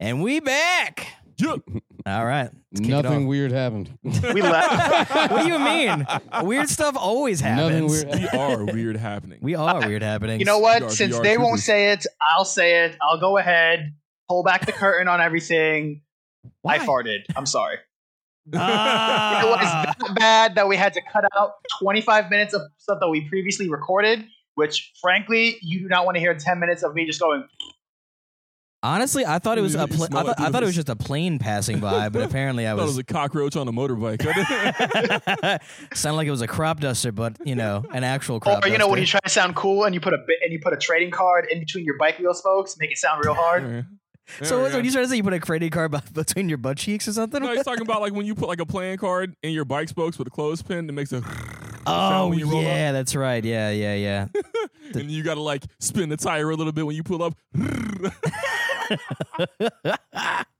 And we back. All right. Let's kick it Nothing off. weird happened. We left. what do you mean? Weird stuff always Nothing happens. weird. We are weird happening. We are weird happenings. you know what? VR, Since VR they won't troopers. say it, I'll say it. I'll go ahead, pull back the curtain on everything. I Why? farted. I'm sorry. It was Ah. that bad that we had to cut out 25 minutes of stuff that we previously recorded, which frankly, you do not want to hear 10 minutes of me just going, "Oh, Honestly, I thought it was You a smell pla- I, thought, it through I the thought it was mist. just a plane passing by, but apparently I I thought it was was a cockroach on a motorbike. sounded like it was a crop duster, but you know, an actual crop or duster. you know, when you try to sound cool and you put a bit and you put a trading card in between your bike wheel spokes, make it sound real hard. so what, when you try to say you put a credit card be- between your butt cheeks or something? no, he's talking about like when you put like a playing card in your bike spokes with a clothespin, it makes a oh sound when you roll up. yeah, that's right. Yeah, yeah, yeah. and you gotta like spin the tire a little bit when you pull up.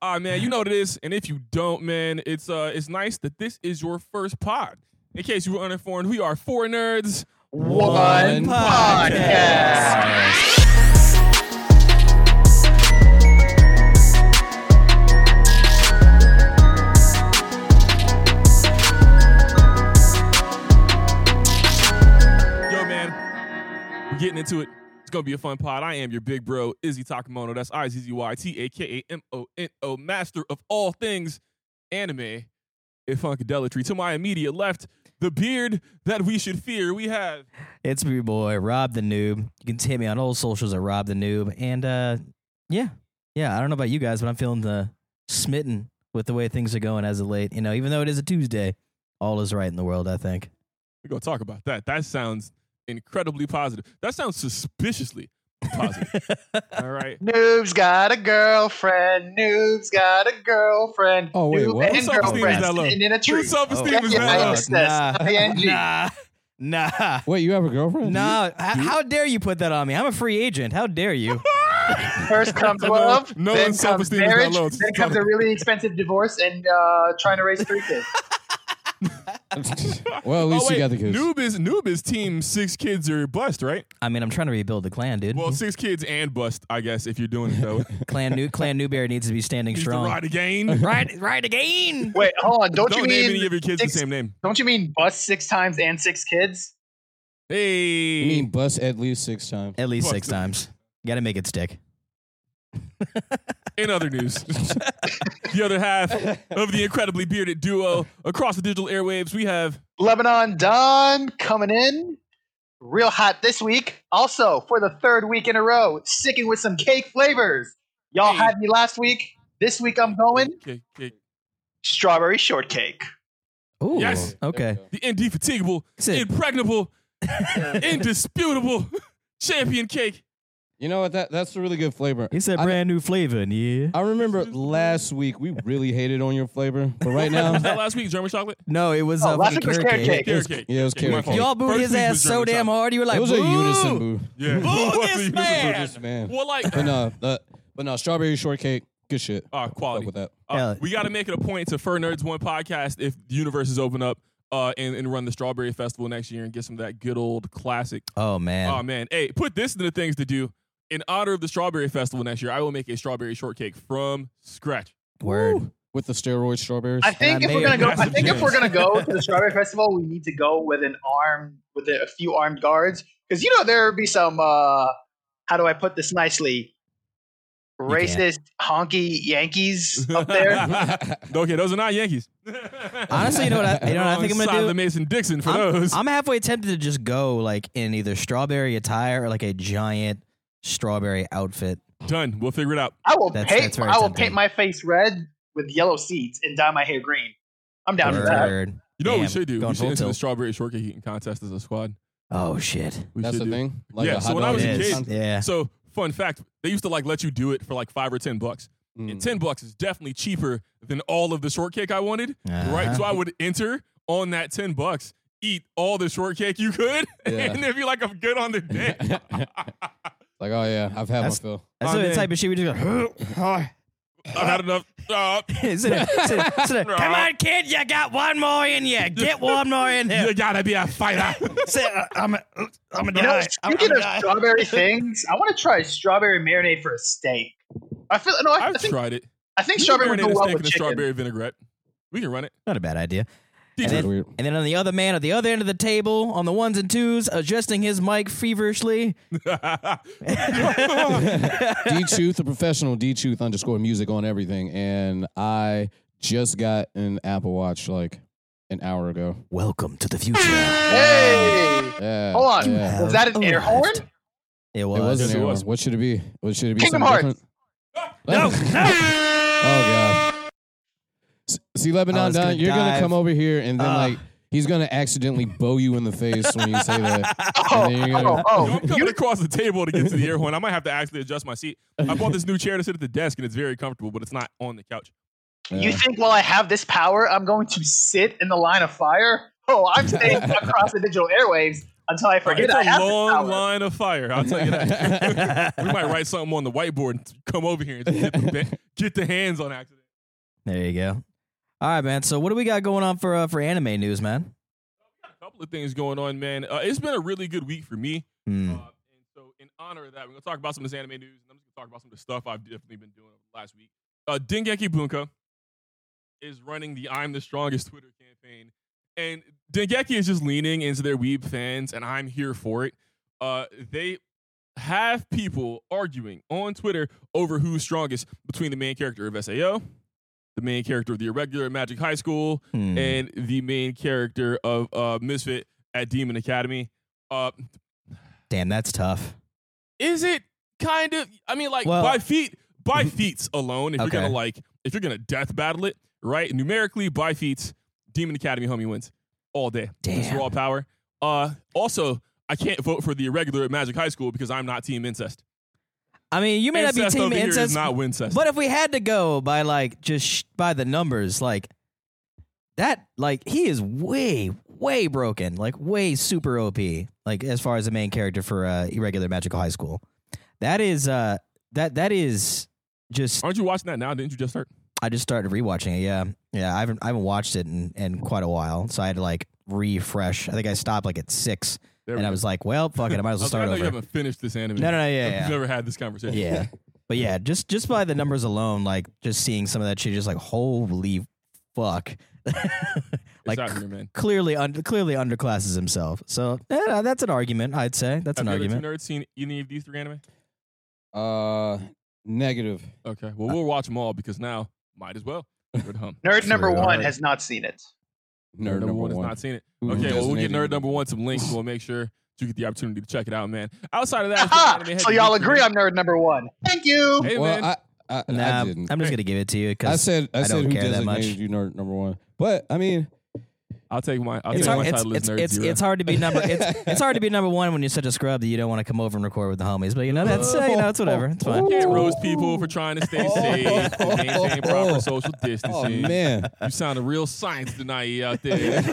Ah man, you know what it is. And if you don't, man, it's uh it's nice that this is your first pod. In case you were uninformed, we are four nerds. One podcast. Yo, man, we're getting into it. It's gonna be a fun pod. I am your big bro, Izzy Takamono. That's I Z Z Y T A K A M O N O, master of all things anime and funkadelatry. To my immediate left, the beard that we should fear. We have It's me, boy, Rob the Noob. You can hit me on all socials at Rob the Noob. And uh, yeah, yeah. I don't know about you guys, but I'm feeling the smitten with the way things are going as of late. You know, even though it is a Tuesday, all is right in the world. I think. We're gonna talk about that. That sounds incredibly positive. That sounds suspiciously positive. All right. Noob's got a girlfriend. Noob's got a girlfriend. Oh, wait, Noob what? And What's up, Steve? Is girlfriend that low? sitting in a tree. Whose Oh. self-esteem Oh. Yeah, is yeah, I that? Nah, just said ING. nah, nah. Wait, you have a girlfriend? No, h- how dare you put that on me? I'm a free agent. How dare you? First comes No- love, no then comes one's self-esteem is that marriage, low. then comes a really expensive divorce and uh, trying to raise three kids. well, at least oh, wait. you got the kids. Noob is Noob is team six kids or bust, right? I mean, I'm trying to rebuild the clan, dude. Mm-hmm. Well, six kids and bust, I guess, if you're doing it though. clan New Clan Newberry needs to be standing He's strong. the ride again. Right, right again. Wait, hold on. Don't, Don't you name mean any of your kids six, the same name. Don't you mean bus six times and six kids? Hey. You mean bus at least six times? At least Fuck six that. times. Got to make it stick. In other news, the other half of the incredibly bearded duo across the digital airwaves, we have Lebanon Don coming in. Real hot this week. Also, for the third week in a row, sticking with some cake flavors. Y'all Hey. had me last week. This week I'm going Okay, okay. strawberry shortcake. Ooh. Yes. Okay. the indefatigable, That's it. impregnable, indisputable champion cake. You know what? That that's a really good flavor. It's a I- brand new flavor, yeah. I remember last week we really hated on your flavor, but right now, Was that last week, German chocolate? No, it was Oh, uh, last fucking week was carrot carrot cake. cake. Carrot cake. Yeah, it was Okay, carrot my fault. cake. Y'all booed First his week ass was so German damn chocolate. hard. You were like, it was a "Boo!" unison boo. Yeah. Boo It was this a unison man. boo. Yes, man. Well, like, But no, uh, but no, strawberry shortcake, good shit. Ah, Fuck quality. with that. Uh, Yeah. we got to make it a point to Fur Nerds One podcast if the universe is open up uh, and, and run the Strawberry Festival next year and get some of that good old classic. Oh man. Oh, man. Hey, put this into the things to do. In honor of the Strawberry Festival next year, I will make a strawberry shortcake from scratch. Word. With the steroid strawberries. I think I if we're made gonna a go, I massive think if change. we're gonna go to the strawberry festival, we need to go with an arm with a, a few armed guards because you know there would be some. Uh, how do I put this nicely? Racist honky Yankees up there. okay, those are not Yankees. Honestly, you know what? I, you know what I think I'm gonna do. The Mason Dixon for I'm, those. I'm halfway tempted to just go like in either strawberry attire or like a giant strawberry outfit. Done. We'll figure it out. I will That's- paint. that's very I will tempting. paint my face red with yellow seeds and dye my hair green. I'm down for that. Word. You know what we Damn, should do? going We should full enter the tilt. strawberry shortcake eating contest as a squad. Oh shit. We that's should the do. thing. Yeah, a so hot when I dog was a is- It is. kid- Yeah. So, fun fact: they used to like let you do it for like five or ten bucks. And Mm. ten bucks is definitely cheaper than all of the shortcake I wanted. Right, Uh-huh. so I would enter on that ten bucks, eat all the shortcake you could, Yeah. and then be like, "I'm good on the day." Like, oh yeah, I've had That's- my fill. That's Oh, the man. type of shit we just go. I've had enough. Uh, It's in a- it's in a- it's in a, Come on, kid, you got one more in you. Get one more in you there. gotta be a fighter. I'm a, I'm a You know, speaking of strawberry things, I want to try strawberry marinade for a steak. I feel no. I, I I've think tried it. I think You can strawberry would marinate go a well steak with in a chicken. strawberry vinaigrette. We can run it. Not a bad idea. Deep And dish. then- weird. And then on the other man at the other end of the table, on the ones and twos, adjusting his mic feverishly. D Truth, the professional D Truth underscore music on everything, and I just got an Apple Watch like an hour ago. Welcome to the future. Hey, Yeah, Hold on. yeah. was that an air horn? Arrived. It It was. wasn't. Yes, it It was. What should it be? What should it be? Kingdom Something Hearts. no, different? no. oh god. S- See, I Lebanon, was gonna Don, you're dive. gonna come over here and then Ah. like he's gonna accidentally bow you in the face when you say that. Oh, And then you're oh, gonna- Yo, oh. I'm coming across the table to get to the air horn. I might have to actually adjust my seat. I bought this new chair to sit at the desk, and it's very comfortable, but it's not on the couch. You Yeah. think while I have this power, I'm going to sit in the line of fire? Oh, I'm staying across the digital airwaves until I forget it's I a have this long power. line of fire. I'll tell you that. we might write something on the whiteboard and come over here and just get the, ba- get the hands on accident. There you go. All right, man. So what do we got going on for uh, for anime news, man? A couple of things going on, man. Uh, it's been a really good week for me. Hmm. Uh, and so, in honor of that, we're going to talk about some of this anime news, and I'm just going to talk about some of the stuff I've definitely been doing over the last week. Uh, Dengeki Bunko is running the I'm the Strongest Twitter campaign, and Dengeki is just leaning into their weeb fans, and I'm here for it. Uh, they have people arguing on Twitter over who's strongest between the main character of SAO, the main character of the irregular Magic High School, Hmm. and the main character of uh, Misfit at Demon Academy. Uh, Damn, that's tough. is it kind of? I mean, like Well- Mm-hmm. by feet, by feats alone. If Okay. you're gonna like, if you're gonna death battle it, right? Numerically, by feats, Demon Academy homie wins all day. It's Damn. raw power. Uh, also, I can't vote for the irregular at Magic High School because I'm not team incest. I mean, you may not be incest team over here incest, is not wincest. but if we had to go by like just sh- by the numbers, like that, like he is way, way broken, like way super OP, like as far as the main character for uh, Irregular Magical High School. That is uh that that is just Aren't you watching that now? Didn't you just start? I just started rewatching it. Yeah, yeah. I haven't I haven't watched it in, in quite a while, so I had to like refresh. I think I stopped like at six, There we and I go. was like, well, fuck it, I might as well I was like, I start know you over. haven't finished this anime. No, no, no, yeah, I've yeah. never had this conversation. Yeah. But yeah, just just by the numbers alone, like just seeing some of that shit, just like holy fuck. It's like out c- here, man. clearly, un- clearly underclasses himself. So yeah, that's an argument. I'd say that's Have an you other two argument. nerds seen any of these three anime? Uh, negative. Okay. Well, we'll watch them all because now might as well. Nerd hum. Nerd number Sure, one alright. has not seen it. Nerd number one has not seen it. Okay. Well, we'll get nerd number one some links. We'll make sure you get the opportunity to check it out, man. Outside of that, it's been Aha! anime heavy So y'all week for me. agree I'm nerd number one. Thank you. Hey, well, man. I, I, Nah, I I'm didn't. just gonna give it to you I because said I, I said don't who care that designated much. you nerd number one. But I mean, I'll take my. I'll it's take hard, my it's, side of it's, nerd it's, zero. it's hard to be number it's, it's hard to be number one when you're such a scrub that you don't want to come over and record with the homies. But you know that's uh, you know it's whatever. It's fine. Can't roast people for trying to stay safe, and maintain proper social oh distancing. man. You sound a real science denier out there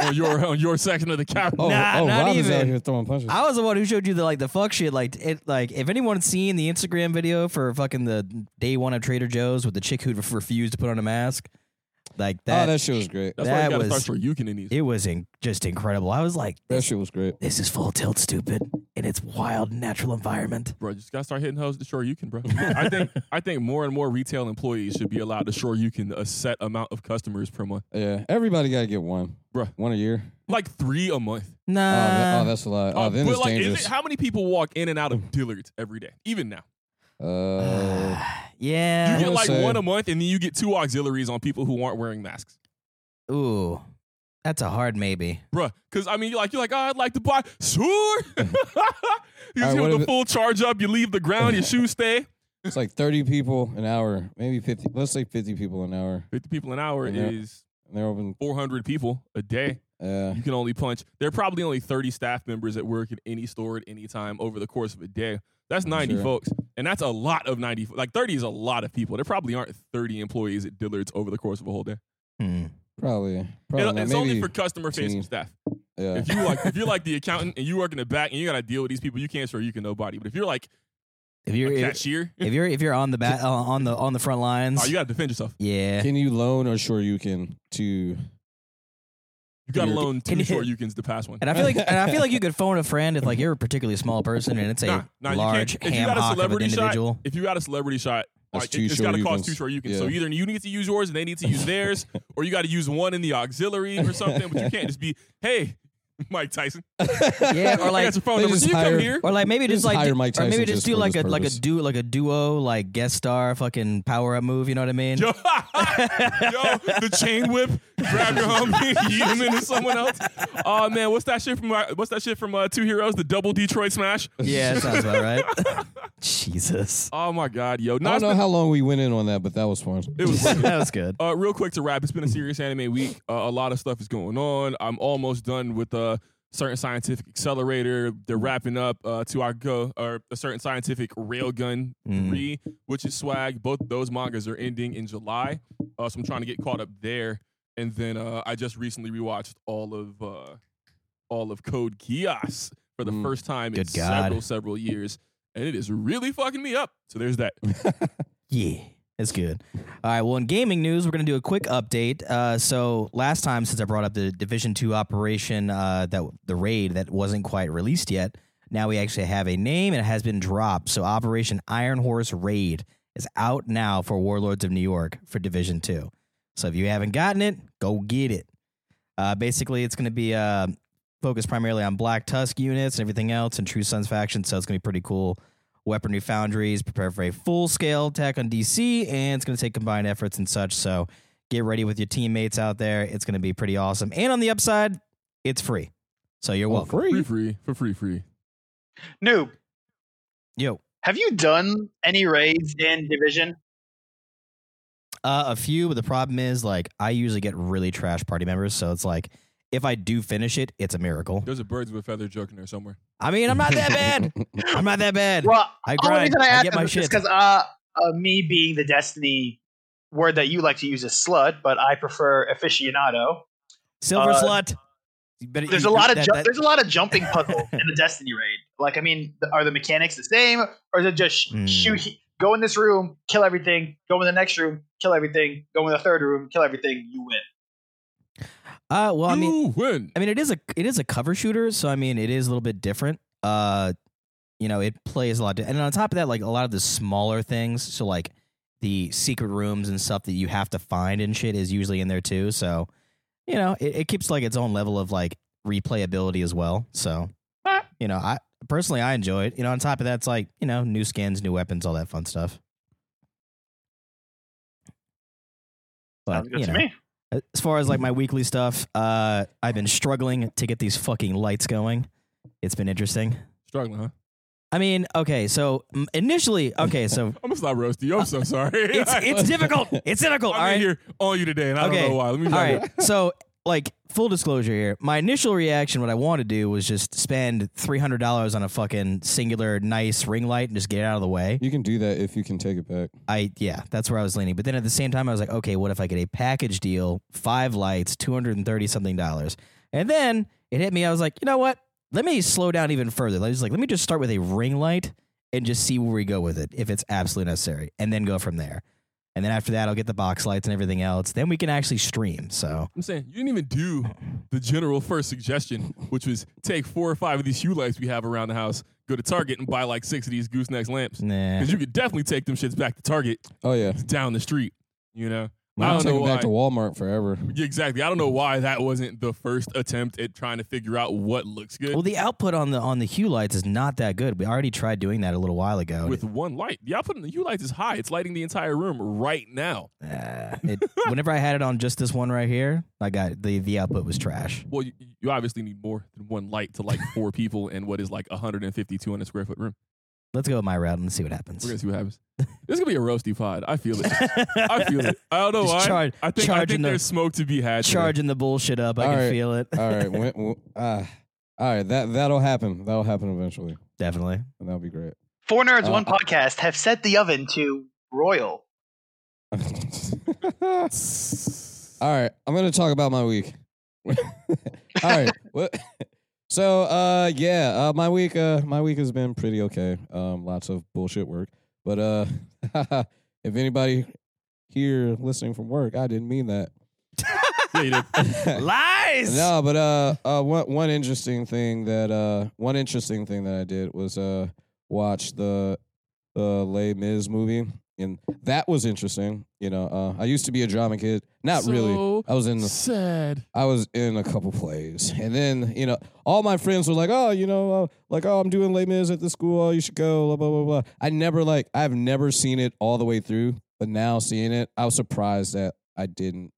on your on your section of the couch. Oh, Nah, oh not Rob is out even. here throwing punches. Oh, I was the one who showed you the like the fuck shit. Like it, like if anyone's seen the Instagram video for fucking the day one of Trader Joe's with the chick who ref- refused to put on a mask, like oh, that, that shit was great. That's why you that gotta was- start yuking in these. it was in, just incredible. I was like, That this, shit was great. this is full tilt, stupid, in its wild natural environment. bro. Just gotta start hitting hoes to sure you can, bro. I think I think more and more retail employees should be allowed to sure you can a set amount of customers per month, Yeah, everybody gotta get one, Bruh. One a year. like three a month. Nah, oh, that- oh, that's a lot. Oh, Uh, then but it's like, is dangerous. it- how many people walk in and out of Dillard's every day? Even now, uh, you yeah. get gonna like say- one a month, and then you get two auxiliaries on people who aren't wearing masks, Ooh, that's a hard maybe. bro. Because I mean, you're like you're like, oh, I'd like to buy. Sure, you right, what just hit if the it- full charge up. You leave the ground. Your shoes stay. it's like thirty people an hour, maybe fifty. Let's say fifty people an hour, Fifty people an hour Yeah. is and they're open. four hundred people a day. Uh, You can only punch. There are probably only 30 staff members at work at any store at any time over the course of a day. That's 90 Sure. folks. And that's a lot of 90. fo- Like 30 is a lot of people. There probably aren't 30 employees at Dillard's over the course of a whole day. Hmm. probably, It- probably. not. it's maybe, only for customer 15. facing staff. yeah. If you like if you're like the accountant and you work in the back and you got to deal with these people, you can't sure you can nobody. But if you're like If a you're if, cashier, if you're if you're on the bat uh, on the on the front lines, oh, you got to defend yourself. yeah. Can you loan or sure you can to? You got to You're- loan can two you- short yukins to pass one. And I feel like and I feel like you could phone a friend if like you're a particularly small person and it's a Nah, nah, you can't. large If you ham got a hock of an celebrity shot, individual. If you got a celebrity shot, That's Like, two it, has got to cost two Shoryukens. Shoryukens. Yeah. So either you need to use yours and they need to use theirs, or you got to use one in the auxiliary or something. But you can't just be, hey, Mike Tyson. Yeah, or I like- got your phone They number. just So you come hire- here. Or like maybe Just just, like hire do- Mike or Tyson maybe just just do for like this a like a purpose. duo like a duo like guest star fucking power up move. You know what I mean? Yo, yo, the chain whip, grab your homie, yeet him into someone else. Oh man, what's that shit from? uh, What's that shit from uh, Two Heroes? The double Detroit smash. Yeah, that sounds about right. Jesus, Oh my god, yo, I no, don't know how long we went in on that, but that was fun. it was. that was good. Uh, real quick to wrap, it's Mm-hmm. been a serious anime week. Uh, a lot of stuff is going on. I'm almost done with a certain scientific accelerator. They're Mm-hmm. wrapping up uh, to our go or a certain scientific railgun Mm. three, which is swag. Both those mangas are ending in July, uh, so I'm trying to get caught up there. And then uh, I just recently rewatched all of uh, all of Code Geass for the Mm. first time in Good God. several several years, and it is really fucking me up. So there's that. Yeah, it's good. All right. Well, in gaming news, we're gonna do a quick update. Uh, so last time, since I brought up the Division Two operation, uh, that the raid that wasn't quite released yet. Now we actually have a name and it has been dropped. So Operation Iron Horse Raid is out now for Warlords of New York for Division Two. So if you haven't gotten it, go get it. Uh, basically, it's going to be uh, focused primarily on Black Tusk units and everything else and True Sons faction. So it's going to be pretty cool. Weaponry foundries prepare for a full scale attack on DC, and it's going to take combined efforts and such. So get ready with your teammates out there. It's going to be pretty awesome. And on the upside, it's free. So Oh, you're welcome. Free, free for free, free. Noob, Yo. have you done any raids in Division? Uh, a few, but the problem is like I usually get really trash party members, so it's like if I do finish it, it's a miracle. There's a birds with feather joke in there somewhere. I mean, I'm not that bad. I'm not that bad. Well, I only grind. reason I I, asked get my is shit. because uh, uh, me being the Destiny word that you like to use is slut, but I prefer aficionado. Silver uh, slut. You better- There's you- a lot of that- ju- that- there's a lot of jumping puzzles in the Destiny raid. Like, I mean, th- are the mechanics the same, or is it just sh- Mm. shoot? he- Go in this room, kill everything. Go in the next room, kill everything. Go in the third room, kill everything. You win. Uh, well, I mean, you win. I mean, it is a it is a cover shooter, so I mean, it is a little bit different. Uh, you know, it plays a lot, di- and on top of that, like a lot of the smaller things, so like the secret rooms and stuff that you have to find and shit is usually in there too. So, you know, it, it keeps like its own level of like replayability as well. So, you know, I personally I enjoy it. You know, on top of that, it's like you know, new skins, new weapons, all that fun stuff. Sounds good you to know. me. As far as like my weekly stuff, uh, I've been struggling to get these fucking lights going. It's been interesting. Struggling, huh? I mean, okay, so mm, initially, okay, so I'm gonna stop roasting you. I'm so sorry. it's it's difficult. It's difficult. I'm All right, here on you today, and I Okay. don't know why. Let me all right. So, like full disclosure here, my initial reaction, what I want to do was just spend three hundred dollars on a fucking singular nice ring light and just get it out of the way. You can do that if you can take it back. I yeah, that's where I was leaning. But then at the same time, I was like, okay, what if I get a package deal, five lights, two hundred and thirty something dollars? And then it hit me. I was like, you know what? Let me slow down even further. I was like, let me just start with a ring light and just see where we go with it if it's absolutely necessary, and then go from there. And then after that, I'll get the box lights and everything else. Then we can actually stream. So I'm saying you didn't even do the general first suggestion, which was take four or five of these shoe lights we have around the house, go to Target and buy like six of these goosenecks lamps, nah, because you could definitely take them shits back to Target Oh yeah, down the street. You know, we I can don't take know it why. back to Walmart forever. Yeah, exactly. I don't know why that wasn't the first attempt at trying to figure out what looks good well, the output on the on the hue lights is not that good. We already tried doing that a little while ago. with one light. The output on the U lights is high. It's lighting the entire room right now. Uh, it, whenever I had it on just this one right here, I got the the output was trash. Well, you, you obviously need more than one light to like four people in what is like 150, 200 square foot room. Let's go with my route and see what happens. We're gonna see what happens. This is gonna be a roasty pod. I feel it. I feel it. I don't know Just why. charge- I think, I charging think the- there's smoke to be had. today. Charging the bullshit up. I All can right. feel it. All right, when, when, ah, all right. That that'll happen. That'll happen eventually, Definitely. and that'll be great. Four Nerds Uh, Oh. One Podcast have set the oven to royal. all right, I'm gonna talk about my week. all right, what? So, uh, yeah, uh, my week, uh, my week has been pretty okay. Um, lots of bullshit work, but uh, if anybody here listening from work, I didn't mean that. Yeah, you did. Lies. No, but uh, uh, one one interesting thing that uh, one interesting thing that I did was uh, watch the the Les Mis movie. and that was interesting. You know, uh, I used to be a drama kid. Not really. So I was in the, sad. I was in a couple plays, and then you know, all my friends were like, "Oh, you know, uh, like oh, I'm doing Les Mis at the school. Oh, you should go." Blah blah blah blah. I never like I've never seen it all the way through, but now seeing it, I was surprised that I didn't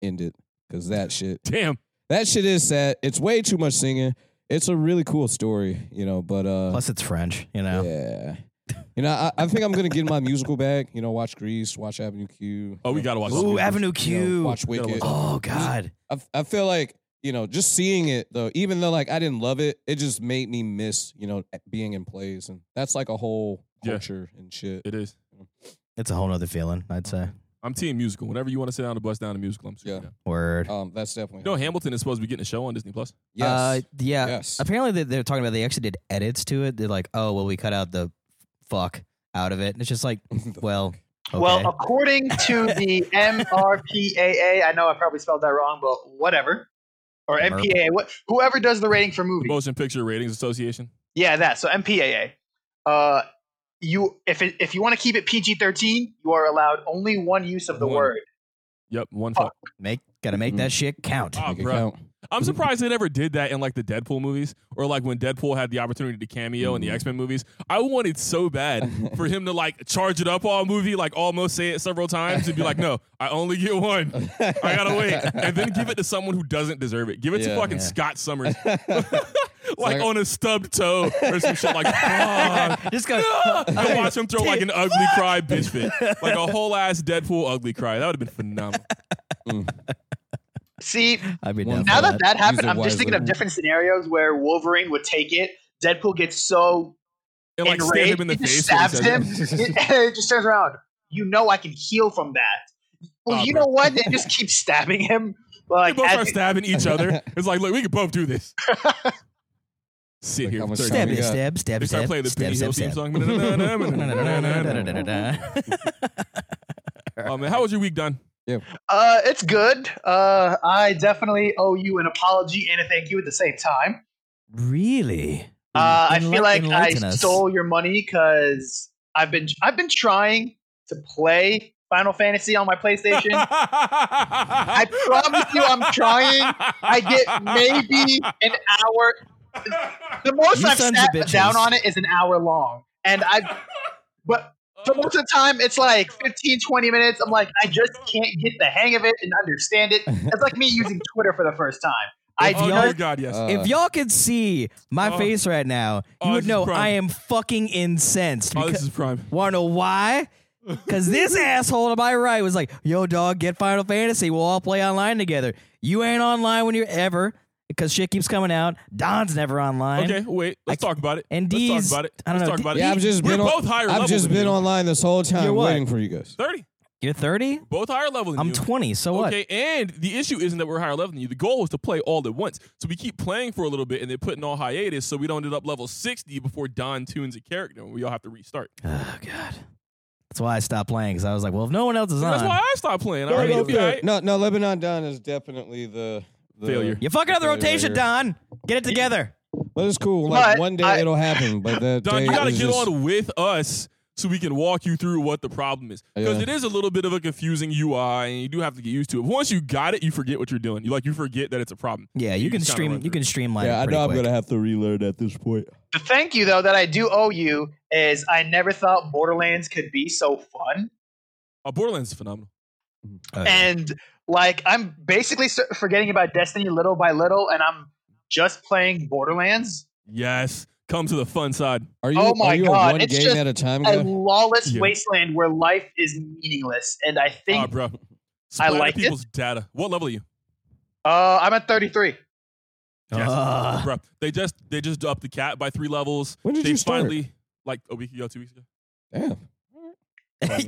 end it because that shit Damn. that shit is sad. It's way too much singing. It's a really cool story, you know, but uh Plus, it's French, you know. yeah. You know, I, I think I'm gonna get in my musical bag. You know, watch Grease, watch Avenue Q. Oh, we you know, gotta watch just, Ooh, Something- Avenue you know, Q. watch Wicked. oh God, I, I feel like you know, just seeing it though, even though like I didn't love it, it just made me miss you know being in plays, and that's like a whole Yeah. culture and shit. It is. it's a whole nother feeling. I'd say. I'm team musical. Whenever you want to sit down to bust down a musical, I'm super Yeah. down. Oh, Word. Um, that's definitely You know, Hamilton is supposed to be getting a show on Disney Plus. Yes, Uh, yeah. yes. Apparently, they, they're talking about they actually did edits to it. They're like, oh, well, we cut out the fuck out of it. And it's just like, The well, okay. Well, uh, according to the MRPAA, I know I probably spelled that wrong, but whatever. Or Merp. MPAA, what, whoever does the rating for The movies. Motion Picture Ratings Association. Yeah, that. So MPAA. Uh, you if it, if you want to keep it PG thirteen, you are allowed only one use of the One. word. Yep, one. Oh. fuck. make gotta make that shit count. Oh, make it bruh. count. I'm surprised they never did that in like the Deadpool movies or like when Deadpool had the opportunity to cameo in the Mhm. X Men movies. I wanted so bad for him to like charge it up all movie, like almost say it several times and be like, no, I only get one. I gotta wait. And then give it to someone who doesn't deserve it. Give it to Yeah. fucking Yeah. Scott Summers. like, like on a stubbed toe or some shit like fuck. Just go. I watch him throw like an ugly cry bitch fit. Like a whole ass Deadpool ugly cry. That would have been phenomenal. See, I'd be One down now for that that Use happened, it I'm just thinking of wisely. different scenarios where Wolverine would take it. Deadpool gets so And like enraged, stab him in the he just face. stabs when he says him. it. it just turns around. You know, I can heal from that. Well, Oh, you bro. know what? They just keep stabbing him. They Like both as- start stabbing each other. It's like, look, we can both do this. Sit Like, here. how for much time 30 Stab, we minutes. it, got- stab, stab, They start stab, playing the stab, Benny Hill stab, theme stab. song. Da-da-da-da-da-da-da-da. Oh man, how was your week done? uh, it's good. Uh, I definitely owe you an apology and a thank you at the same time. Really? Uh, I feel Enlight- like I enlighten us. stole your money because I've been I've been trying to play Final Fantasy on my PlayStation. I promise you I'm trying. I get maybe an hour. Oh, The most You I've sons sat of bitches. down on it is an hour long, and I but for most of the time it's like 15 20 minutes i'm like i just can't get the hang of it and understand it it's like me using twitter for the first time i If Oh y'all- my god, yes. Uh, If y'all could see my Oh. face right now, you Oh, would this is know prime. I am fucking incensed. oh, Because, this is prime. wanna know why? Because this asshole to my right was like, "Yo, dog, get Final Fantasy. We'll all play online together. You ain't online when you're ever because shit keeps coming out. Don's never online. Okay, wait. Let's I- talk about it. and let's D's- talk about it. I don't let's know, talk about yeah, it. I've just We're been. On, both higher level. I've just than been you. online this whole time You're what? waiting for you guys. thirty. You're 30. Both higher level than I'm you. 20. So what? Okay, and the issue isn't that we're higher level than you. The goal was to play all at once. So we keep playing for a little bit and then putting on hiatus so we don't end up level 60 before Don tunes a character and we all have to restart. Oh god. That's why I stopped playing because I was like, well, if no one else is And that's on, why I stopped playing. I Yeah, already no, be fair. all right. No, no, Lebanon Don is definitely the, the Failure. you're fucking up the Failure right rotation, here. Don. Get it together. But it's cool. Like But one day I- it'll happen. But that Don, day you it got to was get just, on with us so we can walk you through what the problem is. Because Yeah. it is a little bit of a confusing UI and you do have to get used to it. But once you got it, you forget what you're doing. You like you forget that it's a problem. Yeah, you, You can just kinda stream. run You through. can streamline. Yeah, it I pretty know I'm quick. gonna have to relearn at this point. the thank you though that i do owe you is i never thought borderlands could be so fun Uh, Borderlands is phenomenal. Oh, yeah. and like i'm basically st- forgetting about destiny little by little and i'm just playing borderlands Yes. Come to the fun side. Are you? Oh my are you A God, one it's game just at a time. guy? a lawless Yeah. wasteland where life is meaningless and i Ah, think bro. I Splatter like it. people's data. What level are you? uh, i'm at 33 Yes. Ah. Bro, they just they just upped the cap by three levels. When did they you start? finally like a week ago, two weeks ago. Damn.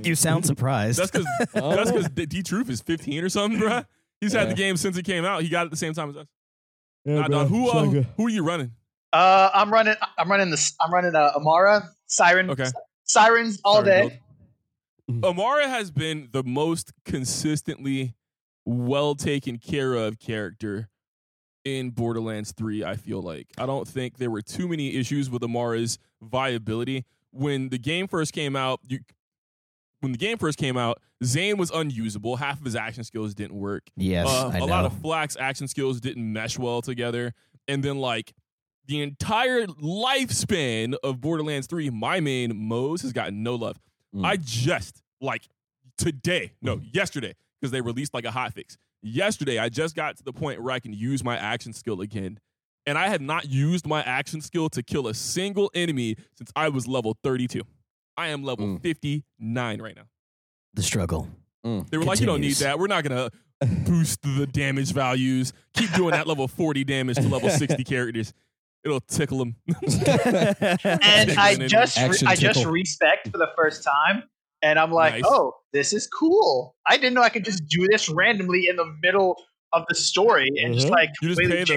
you sound surprised. That's because Oh. that's because D Truth is 15 or something, bro. He's had Yeah. the game since it came out. He got it at the same time as us. Oh. Yeah, Nah, dog, who uh, who are you running? Uh, I'm running. I'm running this. I'm running uh, Amara Siren. Okay. Sirens all Sorry, day. Bill. Amara has been the most consistently well taken care of character in Borderlands 3, I feel like. I don't think there were too many issues with Amara's viability. When the game first came out, you when the game first came out, Zane was unusable. Half of his action skills didn't work. Yes, Uh, I a know. lot of Flack's action skills didn't mesh well together. And then, like, the entire lifespan of Borderlands 3, my main Moe's has gotten no love. Mm. I just, like, today, no, Mm. yesterday, because they released like a hotfix. Yesterday, I just got to the point where I can use my action skill again. And I have not used my action skill to kill a single enemy since I was level 32. I am level Mm. 59 right now. the struggle. They were like, you don't need Continues. that. We're not going to boost the damage values. Keep doing that level 40 damage to level 60 characters. It'll tickle them. and I Action just tickle. I just respect for the first time, and I'm like, Nice. oh, this is cool. I didn't know I could just do this randomly in the middle of the story and just Mhm. like Mm-hmm. You just completely pay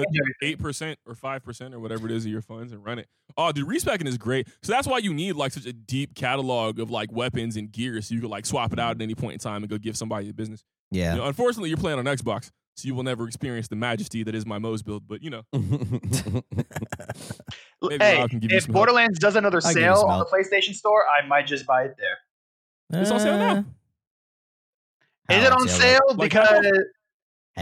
change the- everything. 8% or 5% or whatever it is of your funds and run it. Oh, dude, respecking is great. So that's why you need like such a deep catalog of like weapons and gear so you can like swap it out at any point in time and go give somebody a business. yeah. You know, unfortunately, you're playing on Xbox, so you will never experience the majesty that is my Moe's build, but you know, Maybe Hey, Rob can give you if some help. Borderlands does another I'll give you sale some on the PlayStation Store, I might just buy it there. It's on sale now. Uh, Is it how on it's sale? Like because Half?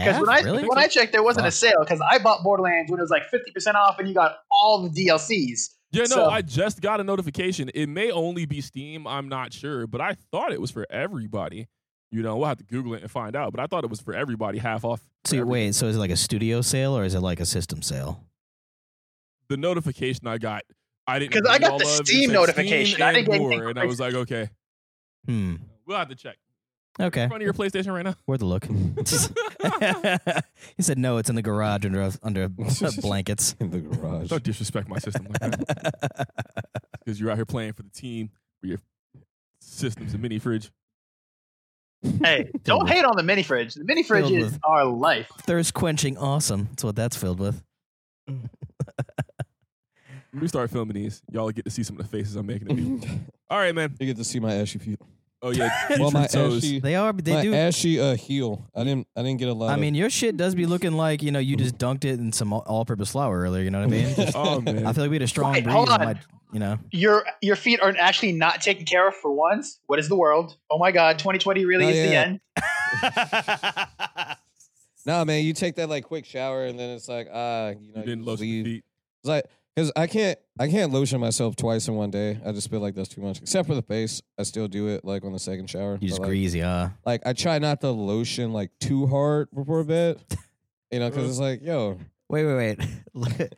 because when I really? when I checked, there wasn't a Fuck. sale because I bought Borderlands when it was like fifty percent off, and you got all the DLCs. Yeah, no, So- I just got a notification. It may only be Steam, I'm not sure, but I thought it was for everybody. You know, we'll have to Google it and find out, but I thought it was for everybody, half off. for so, everybody. wait, so is it like a studio sale or is it like a system sale? The notification I got, I didn't 'Cause read I got all the of it. It Steam said notification. I and didn't get more, anything and I was like, okay, Hmm. we'll have to check. Okay. In front of your PlayStation right now. Worth a look. he said, no, it's in the garage under under blankets. in the garage. Don't disrespect my system like that because you're out here playing for the team for your systems and mini fridge. Hey, don't hate on the mini fridge. The mini fridge Filled is with- our life. Thirst quenching awesome. That's what that's filled with. When we start filming these, y'all get to see some of the faces I'm making. At people. All right, man. You get to see my ashy feet. Oh yeah, Well, my Future toes. ashy, They are, but they my do. ashy uh, heel. I didn't. I didn't get a lot. I of- mean, your shit does be looking like, you know, you just dunked it in some all purpose flour earlier. You know what I mean? Just- Oh man. I feel like we had a strong Wait, breeze. hold that on. might- you know, Your your feet are actually not taken care of for once. What is the world? Oh my God, 2020 really Not is the yet. end. nah, man. You take that like quick shower, and then it's like, ah, you know, You didn't just lotion the leave. feet. It's like, cause I can't, I can't lotion myself twice in one day. I just feel like that's too much. Except for the face, I still do it like on the second shower. you just but, like, greasy, huh? like I try not to lotion like too hard before bed. You know, because it's like, yo, Wait, wait, wait.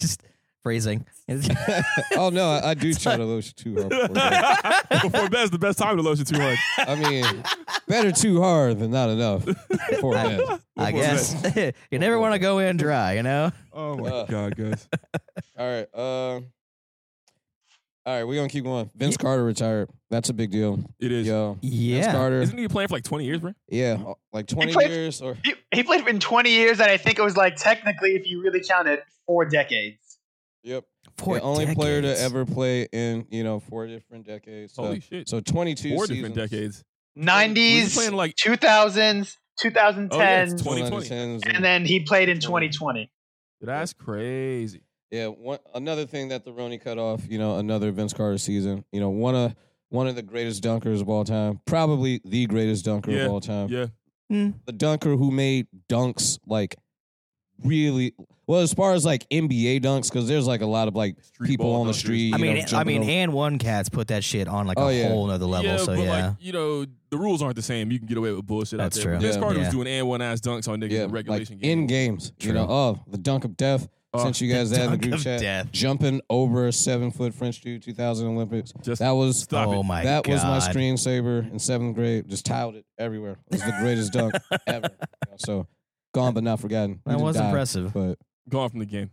just phrasing. oh no, I, I do try to lotion too hard. Before bed. Before bed's the best time to lotion too hard. I mean, better too hard than not enough before bed. I Before guess bed. you never want to go in dry, you know. Oh my Uh. god, guys. All right, uh, all right, we're gonna keep going. Vince Carter retired. That's a big deal. It is. Yo, Vince Yeah, Carter. Isn't he playing for like 20 years, bro? Yeah, like twenty played- years or He, he played in 20 years, and I think it was like technically, if you really count it, four decades. yep. Four the only player to decades. ever play in you know four different decades. So, Holy shit. so 22 Four seasons. different decades. Were you 90s, playing like 2000s, Oh, yeah, 2010s, it's 2020. 2010s and then he played in 2020. that's crazy. yeah, one, another thing that the Roni cut off. You know, another Vince Carter season. You know, one of one of the greatest dunkers of all time, probably the greatest dunker Yeah, of all time. Yeah. Mm. The dunker who made dunks like really well as far as like NBA dunks because there's like a lot of like Street people ball on the dunkers. street. I you know, mean, I jumping mean, over- and one cats put that shit on like Oh, a yeah. whole nother level. yeah, so but yeah, like, you know, the rules aren't the same. You can get away with bullshit That's out true. there. But Vince Yeah. Carter was Yeah. doing and one ass dunks on niggas yeah, in regulation like games. in games. True. You know, oh the dunk of death. Oh, Since you guys the had in the dunk group of chat, death. jumping over a seven foot French dude, 2000 Olympics. Just That was stop oh it. my that god, was my screensaver in seventh grade. Just tiled it everywhere. It was the greatest dunk ever. You know, so gone but not forgotten. He That didn't was die, impressive. But Gone from the game.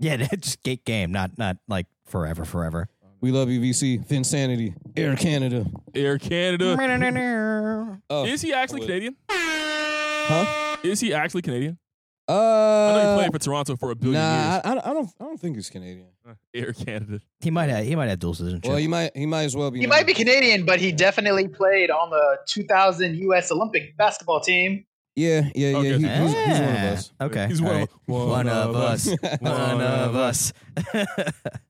Yeah, that just gate game, not not like forever, forever. we love you, VC. Fin Sanity, Air Canada. Air Canada. Oh, Is he actually Would- Canadian? huh? Is he actually Canadian? Uh, I know he played for Toronto for a billion nah, years. I, I don't- I don't. I don't think he's Canadian. Uh, Air Canada. He might have he might have dual citizenship. Well, he might. He might as well be. He now. might be Canadian, but he definitely played on the 2000 U.S. Olympic basketball team. Yeah, yeah, Okay. yeah. He, he's, he's one of Ah, us. Okay, He's all one, right. of, one One of us. One of us.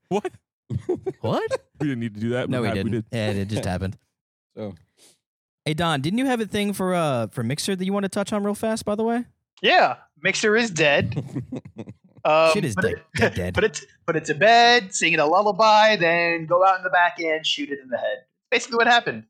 What? What? We didn't need to do that. No, we but didn't. We did. Yeah, it just happened. So Hey Don, didn't you have a thing for uh for Mixer that you want to touch on real fast? By the way, Yeah, Mixer is dead. Um, shit is put dead. it- dead, dead. Put it put it to bed, sing it a lullaby, then go out in the back and shoot it in the head. Basically, what happened?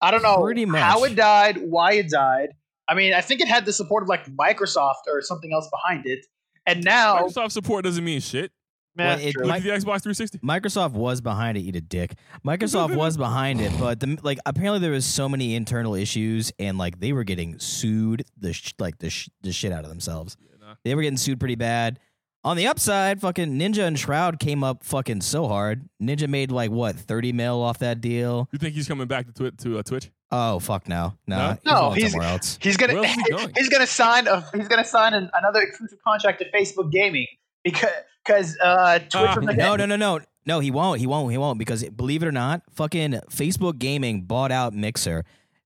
I don't know Pretty much. how it died, why it died. I mean, I think it had the support of like Microsoft or something else behind it, and now Microsoft support doesn't mean shit. Well, Eh, it- true. Look Mic- at the Xbox 360. Microsoft was behind it. Eat a dick. Microsoft was behind it, but the, like apparently there was so many internal issues, and like they were getting sued the sh- like the sh- the shit out of themselves. They were getting sued pretty bad. On the upside, fucking Ninja and Shroud came up fucking so hard. Ninja made like what thirty mil off that deal. You think he's coming back to twi- to uh, Twitch? Oh fuck no, no, No? No, going he's- somewhere else. he's gonna Where else is he going? he's gonna sign a he's gonna sign an, another exclusive contract to Facebook Gaming because because uh, Twitch Ah, was like, No, no, no, no. No, he won't. He won't. He won't because believe it or not, fucking Facebook Gaming bought out Mixer.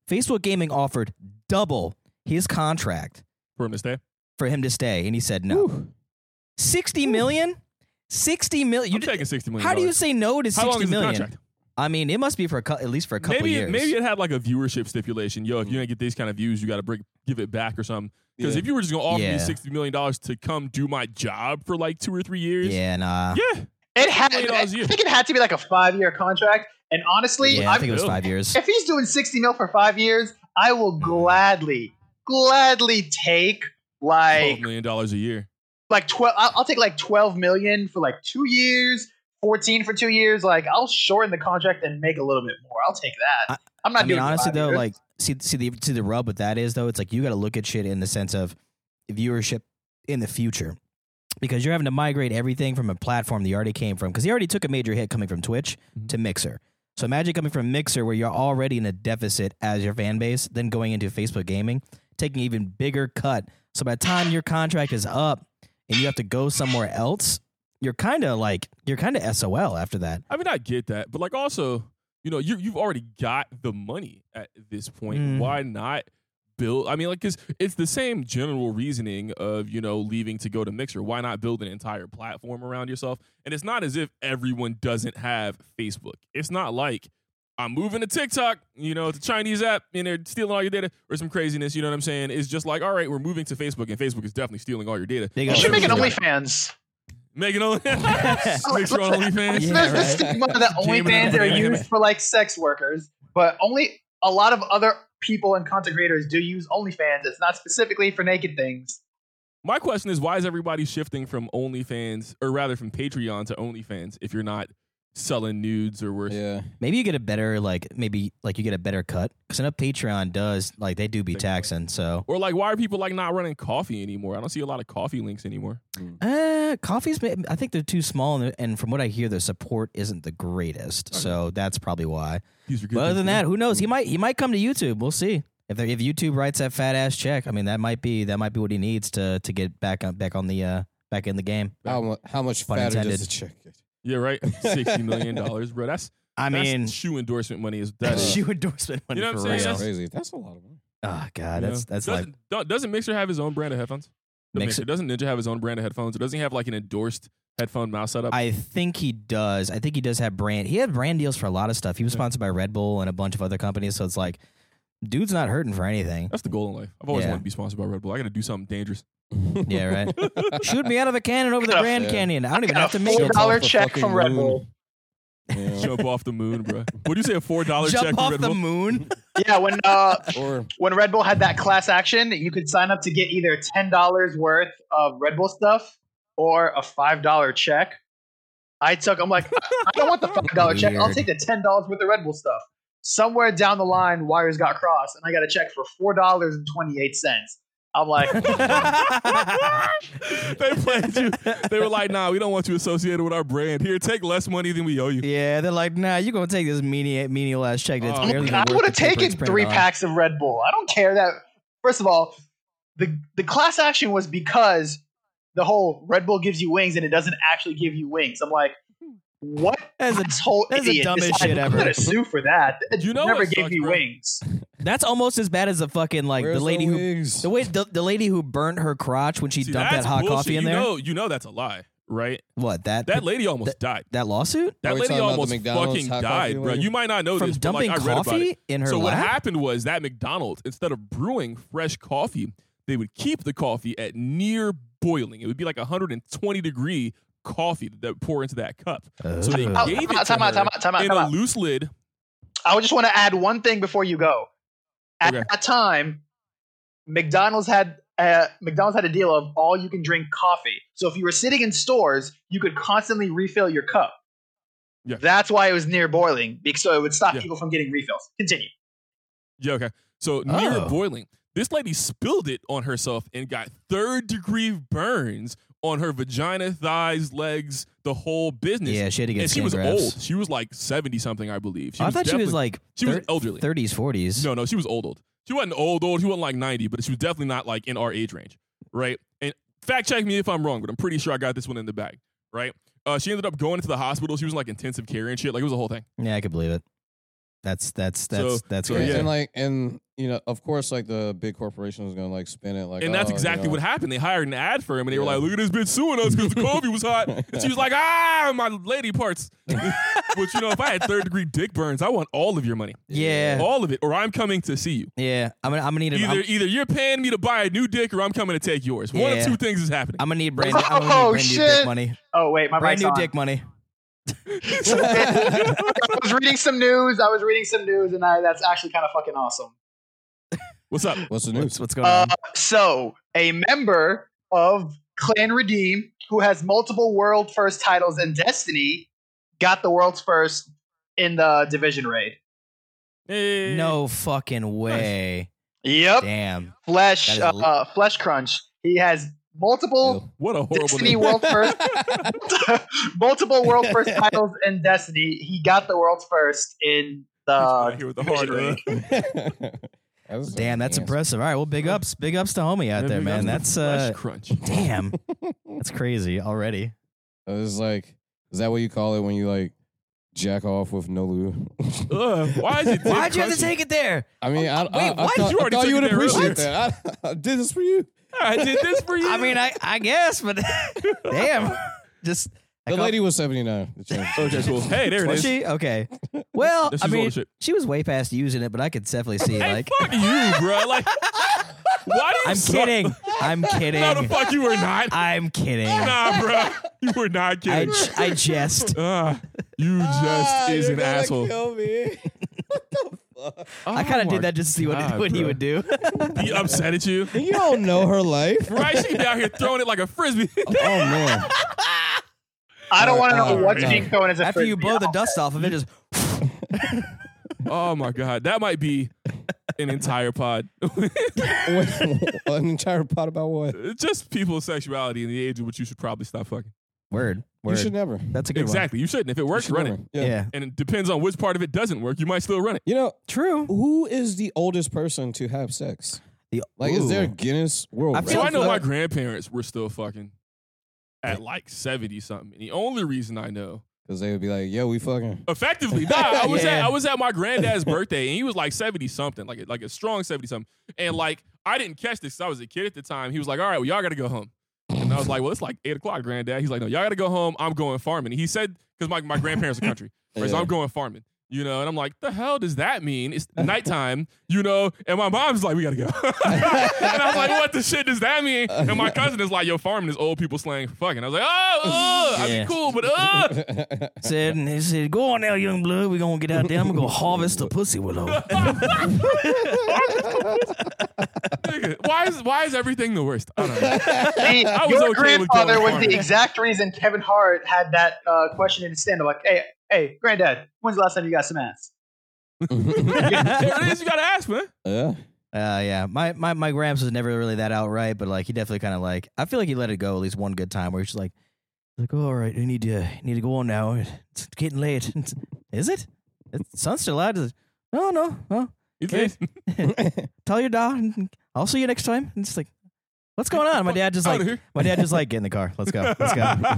Facebook Gaming offered double his contract For him to stay. for him to stay and he said no. 60 million? 60 million. You You I'm did- taking 60 million. how do you say no to How long sixty is the million? contract? I mean, it must be for a cou- at least for a couple maybe years. Mm. It, maybe it had like a viewership stipulation. Yo, if you didn't get these kind of views, you got to bring give it back or something. Because yeah. if you were just gonna offer Yeah. me sixty million dollars to come do my job for like two or three years, yeah, nah. yeah, it had Million I dollars a year. think it had to be like a five year contract. And honestly, Yeah, I I'm think it was Mm-hmm. Really? five years. if he's doing 60 mil for five years, I will gladly, gladly take twelve like million dollars a year. like 12. I'll, I'll take like 12 million for like two years, 14 for two years. Like I'll shorten the contract and make a little bit more. I'll take that. I, am not I mean, doing honestly five though, years. like see see the see the rub with that is though, it's like you got to look at shit in the sense of viewership in the future because you're having to migrate everything from a platform that you already came from because he already took a major hit coming from Twitch Mhm. to Mixer. So imagine coming from Mixer where you're already in a deficit as your fan base, then going into Facebook gaming, taking even bigger cut. So by the time your contract is up and you have to go somewhere else, you're kind of like you're kind of SOL after that. I mean, I get that, but like also, you know, you you've already got the money at this point. Mm. Why not build? I mean, like, because it's the same general reasoning of you know leaving to go to Mixer. Why not build an entire platform around yourself? And it's not as if everyone doesn't have Facebook. It's not like I'm moving to TikTok, you know, it's a Chinese app, and they're stealing all your data or some craziness. You know what I'm saying? It's just like, all right, we're moving to Facebook, and Facebook is definitely stealing all your data. They you got should make an Yeah. OnlyFans. Making only, make sure Listen, OnlyFans. Yeah, There's this right. stigma that Gaming OnlyFans and are gaming. used for like sex workers, but only a lot of other people and content creators do use OnlyFans. It's not specifically for naked things. My question is, why is everybody shifting from OnlyFans, or rather from Patreon to OnlyFans, if you're not selling nudes or worth? yeah. Maybe you get a better like maybe like you get a better cut because I know Patreon does like they do be Thank you. taxing. So Or like, why are people like not running coffee anymore? I don't see a lot of coffee links anymore. uh, coffees, ma- I think they're too small, and- and from what I hear, their support isn't the greatest. So that's probably why. These are good But other things than to that, who knows? He might he might come to YouTube. We'll see if they- if YouTube writes that fat ass check. I mean, that might be that might be what he needs to to get back on back on the uh back in the game. How, mu- how much Pun fatter intended. does the chick get? do. yeah, right. Sixty million dollars, bro. That's I that's mean, shoe endorsement money is that is. shoe endorsement money You know what for I'm real. saying? That's- Crazy. That's a lot of money. Oh god, you that's know? that's like doesn't, don't- doesn't Mixer have his own brand of headphones? The Mixer- Mixer doesn't Ninja have his own brand of headphones? Or doesn't he have like an endorsed headphone mouse setup? I think he does. I think he does have brand. He had brand deals for a lot of stuff. He was Yeah. sponsored by Red Bull and a bunch of other companies. So it's like, dude's not hurting for anything. that's the goal in life. I've always Yeah. wanted to be sponsored by Red Bull. I got to do something dangerous. Yeah, right. Shoot me out of a cannon over the Yeah. Grand Yeah. Canyon. I don't even got have a to make full it. Jump off dollar the check fucking from Red moon. Bull. Yeah. Jump off the moon, bro. What do you say? A four dollar check Jump for off Red the Bull? moon. Yeah, when uh, or when Red Bull had that class action, you could sign up to get either ten dollars worth of Red Bull stuff or a five dollar check. I took. I'm like, I don't want the five dollar check. I'll Weird. take the ten dollars worth of Red Bull stuff. Somewhere down the line, wires got crossed, and I got a check for four dollars and twenty eight cents. I'm like, they played you. They were like, nah, we don't want you associated with our brand. Here, take less money than we owe you. yeah, they're like, nah, you're gonna take this menial, menial ass check. That's Oh, barely even I worth would the have paper taken it's printed three on. packs of Red Bull. I don't care that. First of all, the the class action was because the whole Red Bull gives you wings and it doesn't actually give you wings. I'm like, what That's a- asshole that's the idiot dumbest decided, shit I'm ever." gonna sue for that. It You know never what gave sucks, me bro? wings. That's almost as bad as the fucking like where's the lady who wigs? the way the, the lady who burnt her crotch when she See, dumped that that's hot bullshit. coffee in you there. Know, you know that's a lie. right? What that That lady almost died. that lawsuit Are That we lady talking about the almost McDonald's fucking hot coffee died, bro. lady? You might not know from this, but dumping like, I read about it. coffee in her so what lap? happened was that McDonald's, instead of brewing fresh coffee, they would keep the coffee at near boiling. It would be like 120 degree coffee that would pour into that cup. So they Oh. Oh, gave time it to out, time out, her time out, time out, in time a out. loose lid. I would just want to add one thing before you go. At Okay. that time, McDonald's had uh, McDonald's had a deal of all you can drink coffee. So if you were sitting in stores, you could constantly refill your cup. Yeah. That's why it was near boiling, because so it would stop Yeah. people from getting refills. Continue. Yeah, okay. So near Oh. boiling, this lady spilled it on herself and got third degree burns on her vagina, thighs, legs, the whole business. yeah, she had to get and she skin was grafts. old. She was like 70 something, I believe. She I thought she was definitely- like she was elderly. thirties, forties. No, no, she was old, old. She wasn't old, old. She wasn't like 90, but she was definitely not like in our age range, right? And fact check me if I'm wrong, but I'm pretty sure I got this one in the bag, right? Uh, she ended up going into the hospital. She was in, like intensive care and shit. Like it was a whole thing. Yeah, I could believe it. That's that's that's that's so, Yeah, crazy. yeah. And like, and you know, of course, like the big corporation is gonna like spin it like, and that's oh, exactly you know, what happened. They hired an ad firm and they were Yeah. like, look at this bitch suing us because the coffee was hot. And she was like, ah, my lady parts. Which, you know, if I had third degree dick burns, I want all of your money. Yeah. All of it, or I'm coming to see you. Yeah, I'm gonna I'm gonna need a, Either I'm, either you're paying me to buy a new dick or I'm coming to take yours. One Yeah. of two things is happening. I'm gonna need brand, I'm gonna need Oh, brand new dick shit. money. Oh wait, my Brand mic's new on. dick money. I was reading some news. I was reading some news, and I, that's actually kind of fucking awesome. What's up? What's the What's, news? what's going Uh, on? so, a member of Clan Redeem, who has multiple world first titles in Destiny, got the world's first in the division raid. Hey. No fucking way. Yep, Damn. That flesh, is uh, a- uh, flesh crunch. He has multiple Ew. What a horrible Destiny name. world first, multiple world first titles in Destiny. He got the world's first in Out the here with the division hard uh. raid. That was Damn, that's nasty. impressive. All right, well, big ups, big ups to homie out Man, there, we got man. the That's flesh uh, crunch. damn, that's crazy already. I was like, is that what you call it when you like jack off with no lube? Ugh, why is it? dick Why'd you have to crunchy? take it there? I mean, I, I, Wait, I, what? thought, You I already thought took you it would there appreciate earlier. that. I, I did this for you. I did this for you. I mean, I I guess, but damn, just I The call- lady was 79. The change. okay, cool. Hey, there it was is. she okay? Well, This I is all mean, the shit. she was way past using it, but I could definitely see Hey, like fuck you, bro. Like, why do you? I'm suck? kidding, I'm No, the kidding, fuck you were not. I'm kidding. I, Nah, bro, you were not kidding. j- I jest. Ah, you just Ah, is an asshole. what the fuck? I kind Oh of did that just to see what what he would do. He upset at you, You don't know her life. right? She be out here throwing it like a frisbee. Oh man. I don't want to know Oh, what's no. being thrown as a After you frisbee. blow the dust off of it, just oh my god, that might be an entire pod. What- An entire pot about what? just people's sexuality and the age at which you should probably stop fucking. word You word. should never. You That's a good Exactly. You shouldn't. If it works, should run it. never. one. Yeah. And it depends on which part of it doesn't work. You might still run it. You know, true. who is the oldest person to have sex? The- Like, is there Ooh. a Guinness World I Record? So feel I know like- my grandparents were still fucking at like 70 something. And the only reason I know Because they would be like, yo, we fucking. effectively, nah, I was at Yeah. I was at my granddad's birthday and he was like 70 something, like a- like a strong 70 something. And like I didn't catch this 'cause I was a kid at the time. He was like, All right, well, y'all gotta go home. And I was like, Well, it's like eight o'clock, granddad. He's like, No, y'all gotta go home. I'm going farming. He said, because my, my grandparents are country. Right, so Yeah. I'm going farming. You know, and I'm like, the hell does that mean? It's nighttime, you know. And my mom's like, we gotta go. and I was like, what the shit does that mean? And my cousin is like, yo, farming is old people slang for fucking. I was like, oh, uh, I mean, Yeah. cool, but uh, Said and he said, "Go on now, young blood. We gonna get out there. I'm gonna go harvest the pussy willow." uh, nigga, why is why is everything the worst? I don't know. See, I was your okay with going grandfather was farming. the exact reason Kevin Hart had that uh, question in his stand-up. Like, hey, hey, granddad, when's the last time you got some ass? there it is. You gotta ask, man. yeah. Uh, yeah. My, my my gramps was never really that outright, but like he definitely kind of like I feel like he let it go at least one good time where he's just like, like all right, I need to need to go on now. It's getting late. It's- Is it? It's, sun's still out. It's- No, no, no. You think? Tell your dad. I'll see you next time. And it's like, What's going on? My dad just Outta like here. my dad just like get in the car. Let's go. Let's go. and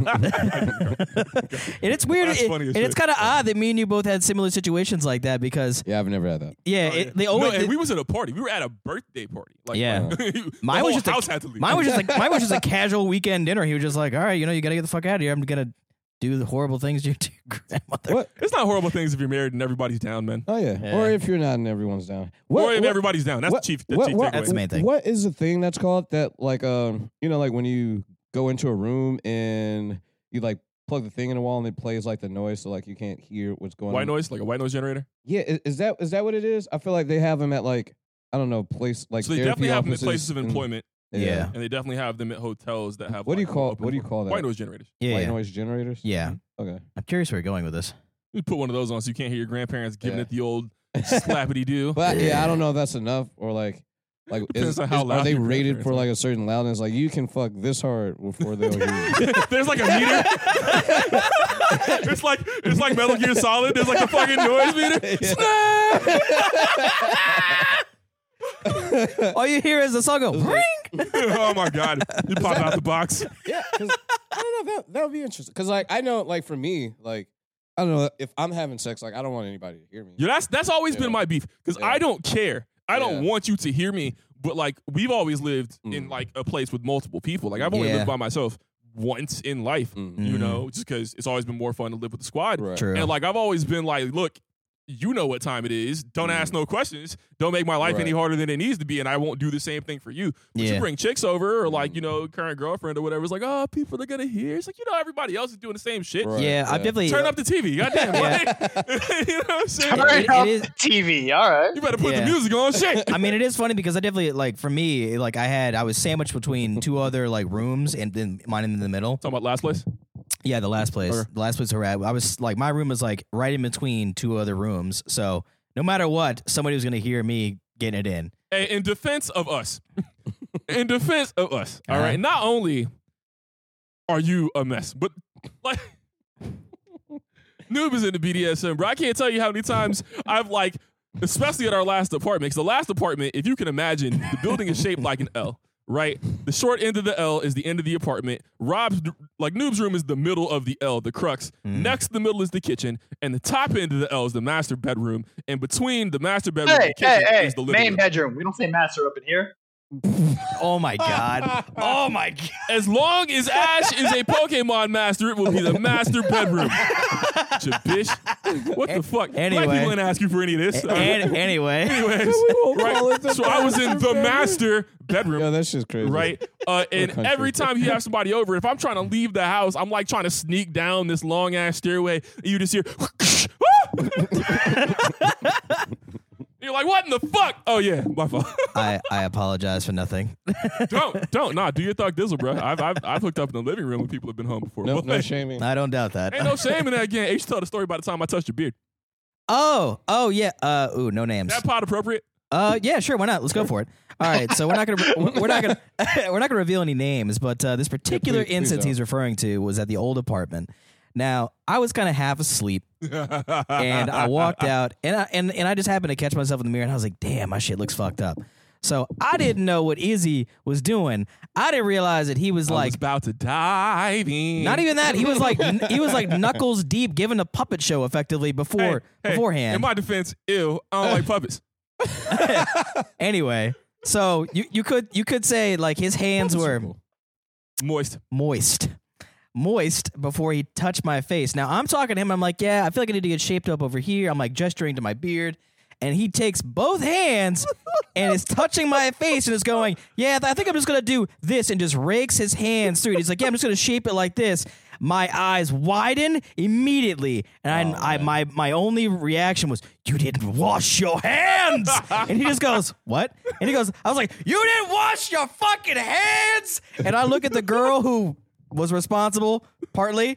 it's weird. That's it- funny as and it's shit. kind of odd that me and you both had similar situations like that because Yeah, I've never had that. yeah, Oh, it, they No, always and we was at a party. We were at a birthday party. Like, Yeah. like, the Mine was whole just a- house had to leave. Mine was just like mine was just a casual weekend dinner. He was just like, all right, you know, you gotta get the fuck out of here. I'm gonna do the horrible things you do, grandmother. What? It's not horrible things if you're married and everybody's down, man. Oh yeah. Yeah. Or if you're not and everyone's down. or if everybody's down. That's what- the chief. The what- chief what- takeaway. That's the main thing. What is the thing that's called that like um you know like when you go into a room and you like plug the thing in the wall and it plays like the noise so like you can't hear what's going white on. noise, like a white noise generator. Yeah, is, is that is that what it is? I feel like they have them at like I don't know place like so they therapy definitely have them at offices places of and- employment, Yeah. and they definitely have them at hotels that have. What do like, you call- open what do you floor- call that? White noise generators. Yeah, White yeah. noise generators. yeah. Okay. I'm curious where you're going with this. You put one of those on so you can't hear your grandparents giving Yeah. it the old slappity do. But yeah, I don't know if that's enough or like like Depends is- on how is- loud are they your rated for grandparents like a certain loudness? Like you can fuck this hard before they'll hear you. There's like a meter. it's like it's like Metal Gear Solid. There's like a fucking noise meter. All you hear is the song go ring. oh my god! You pop out the box. Yeah, because I don't know. That, that would be interesting. Because like I know, like for me, like I don't know if I'm having sex, like I don't want anybody to hear me. Yeah, that's that's always Yeah. been my beef because Yeah. I don't care. I don't Yeah. want you to hear me. But like we've always lived in Mm. like a place with multiple people. Like I've only Yeah. lived by myself once in life. Mm. You Mm. know, just because it's always been more fun to live with the squad. Right. True. And like I've always been like, look, you know what time it is. Don't Mm. ask no questions. Don't make my life any Right. harder than it needs to be, and I won't do the same thing for you. But Yeah. you bring chicks over or like, you Mm. know, current girlfriend or whatever, it's like, oh, people they're gonna hear. It's like, you know, everybody else is doing the same shit. Right. yeah, yeah. I've definitely Turn up the TV. Goddamn. Yeah. like- you know what I'm saying? Turn it- it off is- the TV. All right. You better put Yeah. the music on. Shit. I mean, it is funny because I definitely like for me, like I had I was sandwiched between two other like rooms and then mine in the middle. Talking about last place. Yeah, the last place, Okay. the last place we're at. I was like, my room was like right in between two other rooms, so no matter what, somebody was gonna hear me getting it in. Hey, in defense of us, in defense of us, all Uh-huh. right. Not only are you a mess, but like. Noob is into BDSM, bro. I can't tell you how many times I've like, especially at our last apartment. Because the last apartment, if you can imagine, the building is shaped like an L, right? The short end of the L is the end of the apartment. Rob's like Noob's room is the middle of the L, the crux. Mm. Next, to the middle is the kitchen, and the top end of the L is the master bedroom. And between the master bedroom Hey, and the hey, kitchen hey! is the living room. Main bedroom. We don't say master up in here. Oh my god! oh my god! As long as Ash is a Pokemon master, it will be the master bedroom. Jabish. What the fuck? Black anyway. people didn't ask you for any of this. And anyway, Anyways, call right? it the So I was in the master master bedroom, Yo, that's just crazy. right? Uh, and country. every time you have somebody over, if I'm trying to leave the house, I'm like trying to sneak down this long ass stairway, and you just hear. You're like, what in the fuck? Oh yeah, my fault. I I apologize for nothing. don't, don't, nah, do your thug dizzle, bro. I've, I've, I've hooked up in the living room when people have been home before. No, no But- shaming. I don't doubt that. Ain't no shame in that game. H tell the story by the time I touched your beard. Oh, oh yeah. Uh, ooh, no names. That pot appropriate? Uh, yeah, sure. Why not? Let's go for it. All right. So we're not gonna we're not gonna we're not gonna reveal any names, but uh, this particular please instance don't. he's referring to was at the old apartment. Now I was kind of half asleep, and I walked out, and I and, and I just happened to catch myself in the mirror, and I was like, "Damn, my shit looks fucked up." So I didn't know what Izzy was doing. I didn't realize that he was I like was about to dive in. not even that. He was like he was like knuckles deep, giving a puppet show effectively Hey, before hey, beforehand. In my defense, ew, I don't like puppets. anyway, so you you could you could say like his hands were. Moist. moist. Moist before he touched my face. Now I'm talking to him. I'm like, yeah, I feel like I need to get shaped up over here. I'm like gesturing to my beard. And he takes both hands and is touching my face and is going, Yeah, I think I'm just going to do this and just rakes his hands through it. He's like, Yeah, I'm just going to shape it like this. My eyes widen immediately. And I, I, my, my only reaction was, You didn't wash your hands. and he just goes, What? And he goes, I was like, You didn't wash your fucking hands. And I look at the girl who was responsible partly.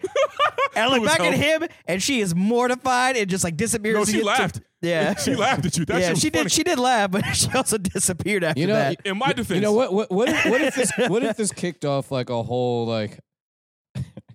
And I look was back at helping. him, and she is mortified and just like disappears. No, she into- laughed. yeah, She laughed at you. That yeah, shit was she funny. did. She did laugh, but she also disappeared after You know, that. in my defense, You know what? What? What if, what if this? What if this kicked off like a whole like?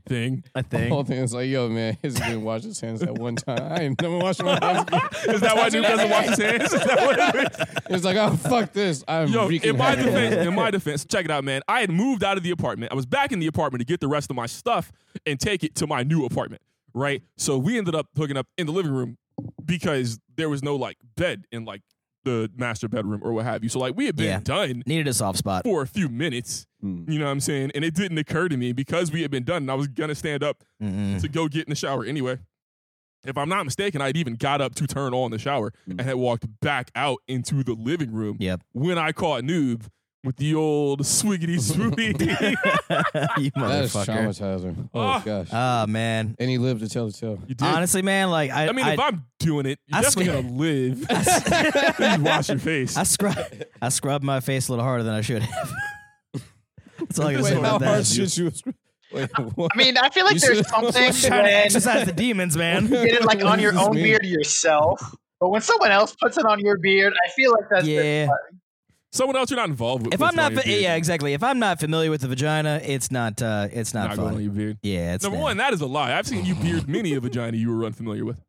thing. I The whole think. thing is like, yo, man, he's been washing his hands that one time. I ain't never washed my hands. again. Is that why dude doesn't wash his hands? Is that what it is? It's like, oh fuck this. I'm Yo, reeking in my havoc. defense, in my defense, check it out, man. I had moved out of the apartment. I was back in the apartment to get the rest of my stuff and take it to my new apartment, right? So we ended up hooking up in the living room because there was no like bed in like the master bedroom or what have you. So like we had been Yeah. done Needed a soft spot. for a few minutes, Hmm. Mm. you know what I'm saying? And it didn't occur to me because we had been done and I was gonna stand up Mm-mm. to go get in the shower anyway. If I'm not mistaken, I'd even got up to turn on the shower and had walked back out into the living room Mm. Yep. when I caught Noob with the old swiggity swoopy. you That is motherfucker. traumatizing. Oh Ah. gosh. Oh man. and he lived to tell the tale. you did. Honestly, man, like I, I mean, I, if I'm doing it, you're I definitely swear- gonna live. you wash your face. I scrub I scrubbed my face a little harder than I should have. That's all I gotta Wait, say how about hard that. should you? Wait, what? I mean, I feel like You there's should- Trying something to when exercise the demons, man. you get it like on your What does this own mean? beard yourself, but when someone else puts it on your beard, I feel like that's Yeah. Someone else you're not involved with. If puts I'm it not, on your fa- beard. yeah, exactly. If I'm not familiar with the vagina, it's not, uh, it's not, Not going on fun. your beard. Yeah, it's Number not. one, that is a lie. I've seen you beard many a vagina you were unfamiliar with.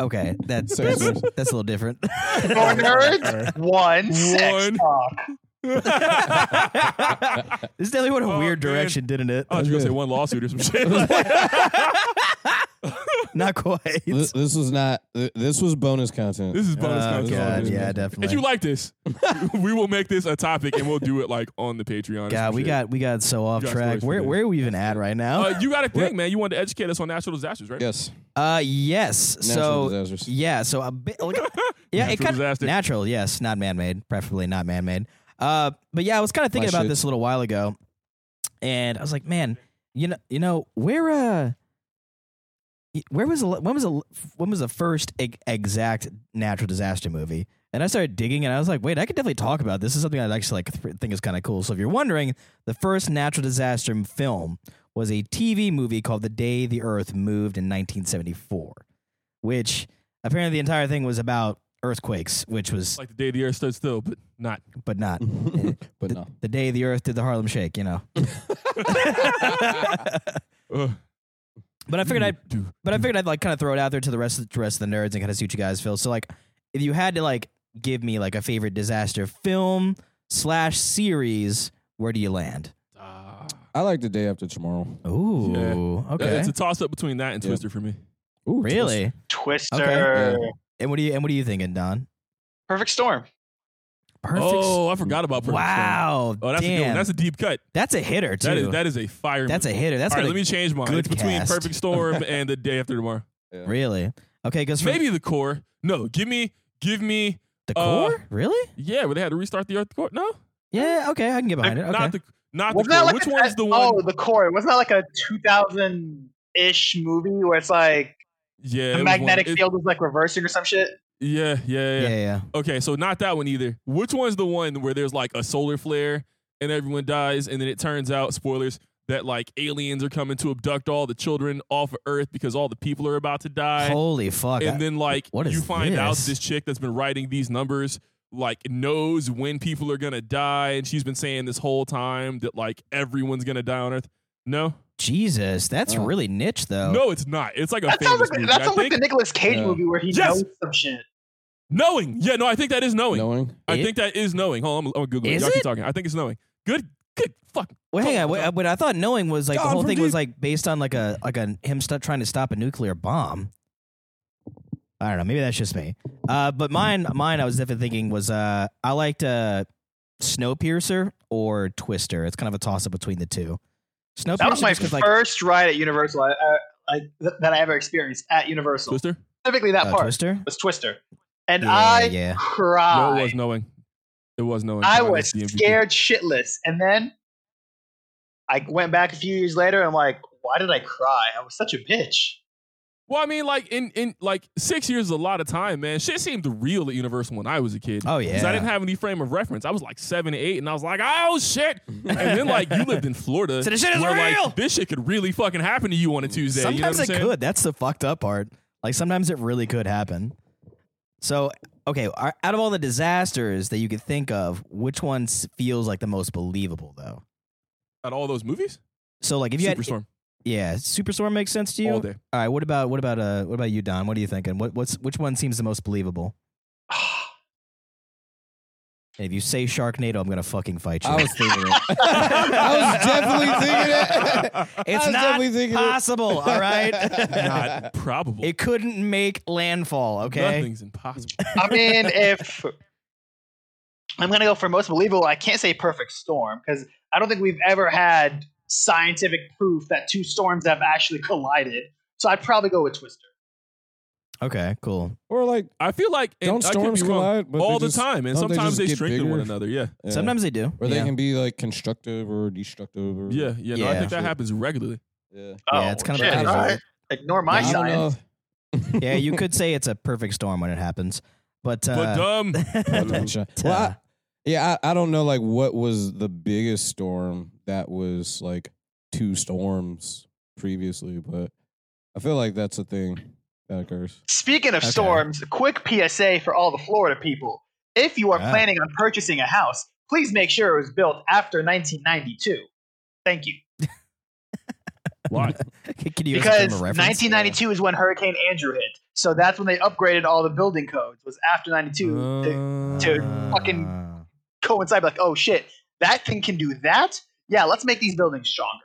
Okay, that's Sorry, that's, sorry. that's a little different. for nerds. One sex One. talk. I this definitely went a Oh, Uh, weird man. direction, didn't it? was gonna say one lawsuit or some shit. not quite. Th- this was not. th- This was bonus content. this is bonus Oh, content. God, This is yeah, bonus. definitely. If you like this, we will make this a topic and we'll do it like on the Patreon. or God, some we shit. got we got so off got track. stories for Where days. where are we even at right now? Uh, you got a thing, man. You wanted to educate us on natural disasters, right? yes. Uh, yes. Natural So disasters. yeah, so a bit. Like, yeah, it Natural kind disaster. of natural. Yes, not man made. Preferably not man made. Uh, but yeah, I was kind of thinking My about shits. this a little while ago, and I was like, man, you know, you know, where uh, y- where was the l- when was the l- when was the first e- exact natural disaster movie? And I started digging, and I was like, wait, I could definitely talk about this. this is something I actually like th- think is kind of cool. So if you're wondering, the first natural disaster m- film was a TV movie called The Day the Earth Moved in 1974, which apparently the entire thing was about earthquakes, which was Like the day the earth stood still, but not. but not mm. but the, no. the day the earth did the Harlem Shake, you know. Uh, But I figured I'd do. but I figured I'd like kind of throw it out there to the rest of the rest of the nerds and kind of see what you guys feel. So like, if you had to like give me like a favorite disaster film slash series, where do you land? Ah. I like the day after tomorrow. Ooh, okay, It's a toss up between that and Yeah. Twister for me. Ooh, really. Twister. Okay. And what do you and what are you thinking, Don? Perfect Storm. Perfect. Oh, I forgot about Perfect Storm. wow, Oh, that's a good damn, one. That's a deep cut. hitter too. That is that is a fire. That's a movie. hitter. That's All right, gonna- let me change mine. good It's between cast. Perfect Storm and the day after tomorrow. really okay. Because Maybe the core. No, give me, give me. the uh, core, really? Yeah, where they had to restart the earth core. No, Yeah, okay, I can get behind it. Okay, not the, not the Wasn't that core. like Which a- one's the one? Oh, the core. Wasn't that like a 2000 ish movie where it's like yeah, it the was magnetic one, it- field was like reversing or some shit? yeah, yeah, yeah, yeah, yeah. Okay, so not that one either. Which one's the one where there's like a solar flare and everyone dies, and then it turns out, spoilers, that like aliens are coming to abduct all the children off of Earth because all the people are about to die. Holy fuck! I- and then like what you is find out this? this chick that's been writing these numbers like knows when people are gonna die, and she's been saying this whole time that like everyone's gonna die on Earth. No, Jesus, that's Oh. really niche though. no, it's not. It's like a That sounds famous like movie. that I sounds like think the Nicolas Cage Yeah. movie where he Yes. knows some shit. knowing. Yeah, no, I think that is knowing. Knowing. I It- think that is knowing. Hold on, I'm, I'm googling. Is Y'all keep it? talking. I think it's knowing. Good, good. Fuck. Well, hang Come on. Wait, on. uh, but I thought knowing was like the God, whole from thing was deep- like based on like a like a him st- trying to stop a nuclear bomb. I don't know. Maybe that's just me. Uh, but mine, mine, I was definitely thinking was uh, I liked uh, Snowpiercer or Twister. It's kind of a toss up between the two. Snowpiercer, That was my just 'cause, like, first ride at Universal I, I, I, th- that I ever experienced at Universal. Twister. Specifically, that uh, part Twister. was Twister, and Yeah, I yeah. No, cried. it was knowing. It was knowing. I Sorry, was that's the MVP. scared shitless, and then I went back a few years later. and I'm like, why did I cry? I was such a bitch. Well, I mean, like in in like six years is a lot of time, man. Shit seemed real at Universal when I was a kid. Oh Because yeah. I didn't have any frame of reference. I was like seven, eight, and I was like, oh shit. And then like you lived in Florida. So this shit is where, like, real! this shit could really fucking happen to you on a Tuesday. you know Sometimes what I'm it saying? could. That's the fucked up part. Like sometimes it really could happen. So okay, are- out of all the disasters that you could think of, which one s- feels like the most believable though? At all those movies? So like if you had Superstorm. yeah, Superstorm makes sense to you. all day. All right, what about what about uh what about you, Don? What are you thinking? What what's which one seems the most believable? And if you say Sharknado, I'm gonna fucking fight you. I was thinking it. I was definitely thinking it. it's I was not definitely thinking it. possible. All right, Not probable. it couldn't make landfall. Okay, Nothing's impossible. I mean, if I'm gonna go for most believable, I can't say perfect storm because I don't think we've ever had scientific proof that two storms have actually collided. So I'd probably go with Twister. okay, cool. Or like, I feel like and Don't I could be storms wrong, collide, but all they the just- time, and don't they sometimes just they get shrink to one bigger? another. Yeah, yeah. Sometimes they do. or they yeah. can be like constructive or destructive. Or, yeah, yeah. No, I Yeah. think that happens regularly. yeah. Yeah, it's kind of a Oh, shit, crazy- all right. Ignore my I don't science. know. yeah, you could say it's a perfect storm when it happens, but but um, uh, dumb. Potential. Ta. Well, I, yeah, I, I don't know like what was the biggest storm that was like two storms previously, but I feel like that's a thing that occurs. Speaking of Okay. storms, quick PSA for all the Florida people: If you are Ah. planning on purchasing a house, please make sure it was built after 1992. Thank you, Why? can you because a reference? 1992 is when Hurricane Andrew hit. So that's when they upgraded all the building codes. Was after 92 to Oh. to fucking- Uh, coincide like oh shit that thing can do that yeah let's make these buildings stronger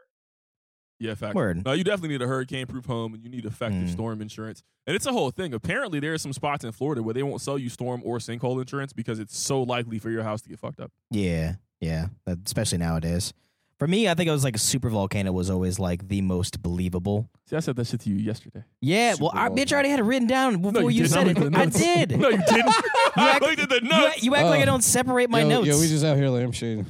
yeah, fact. word. No, you definitely need a hurricane-proof home, and you need effective Mm. storm insurance. And it's a whole thing. Apparently, there are some spots in Florida where they won't sell you storm or sinkhole insurance because it's so likely for your house to get fucked up. Yeah, yeah, that- especially nowadays. For me, I think it was like a super volcano was always like the most believable. See, I said that shit to you yesterday. Yeah, Super well, I, bitch, I volcano. already had it written down before you, didn't. said I it. looked I at the notes. did. No, you didn't. I act- looked at the You, notes. act- you act like I Oh. don't separate my yo, notes. yo, we just out here lampshading.